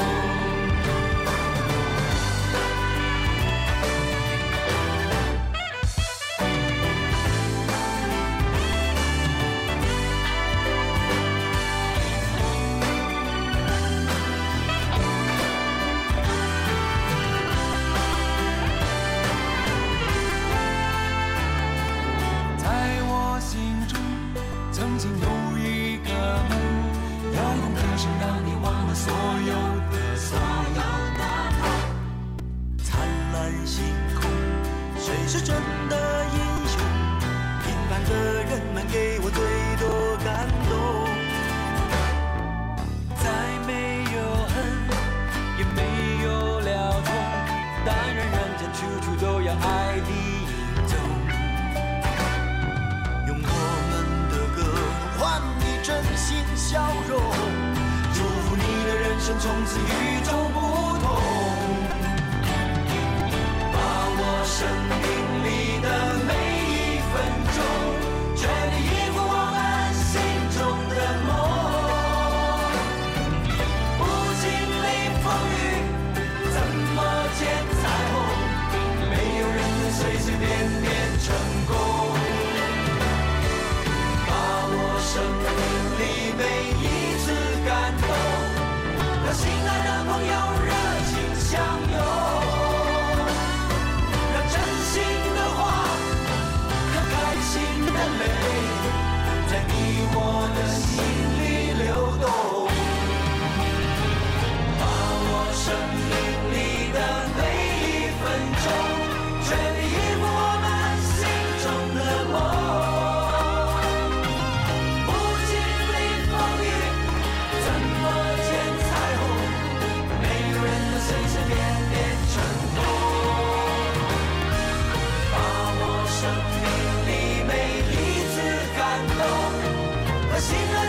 F: 在我心中，曾经有一个梦，要用歌声让你忘了所有的所有的
G: 灿烂星空，谁是真的英雄？平凡的人们给我最多感动。
F: 再没有恨，也没有了痛，但愿人间处处都有爱的影踪。
G: 用我们的歌换你真心笑容，祝福你的人生从此与众不同。把握生命里的每一分钟，全力以赴我们心中的梦。不经历风雨，怎么见彩虹？没有人能随随便便成功。把握生命里每一次感动，和心爱的朋友热情相拥，让真心的我心爱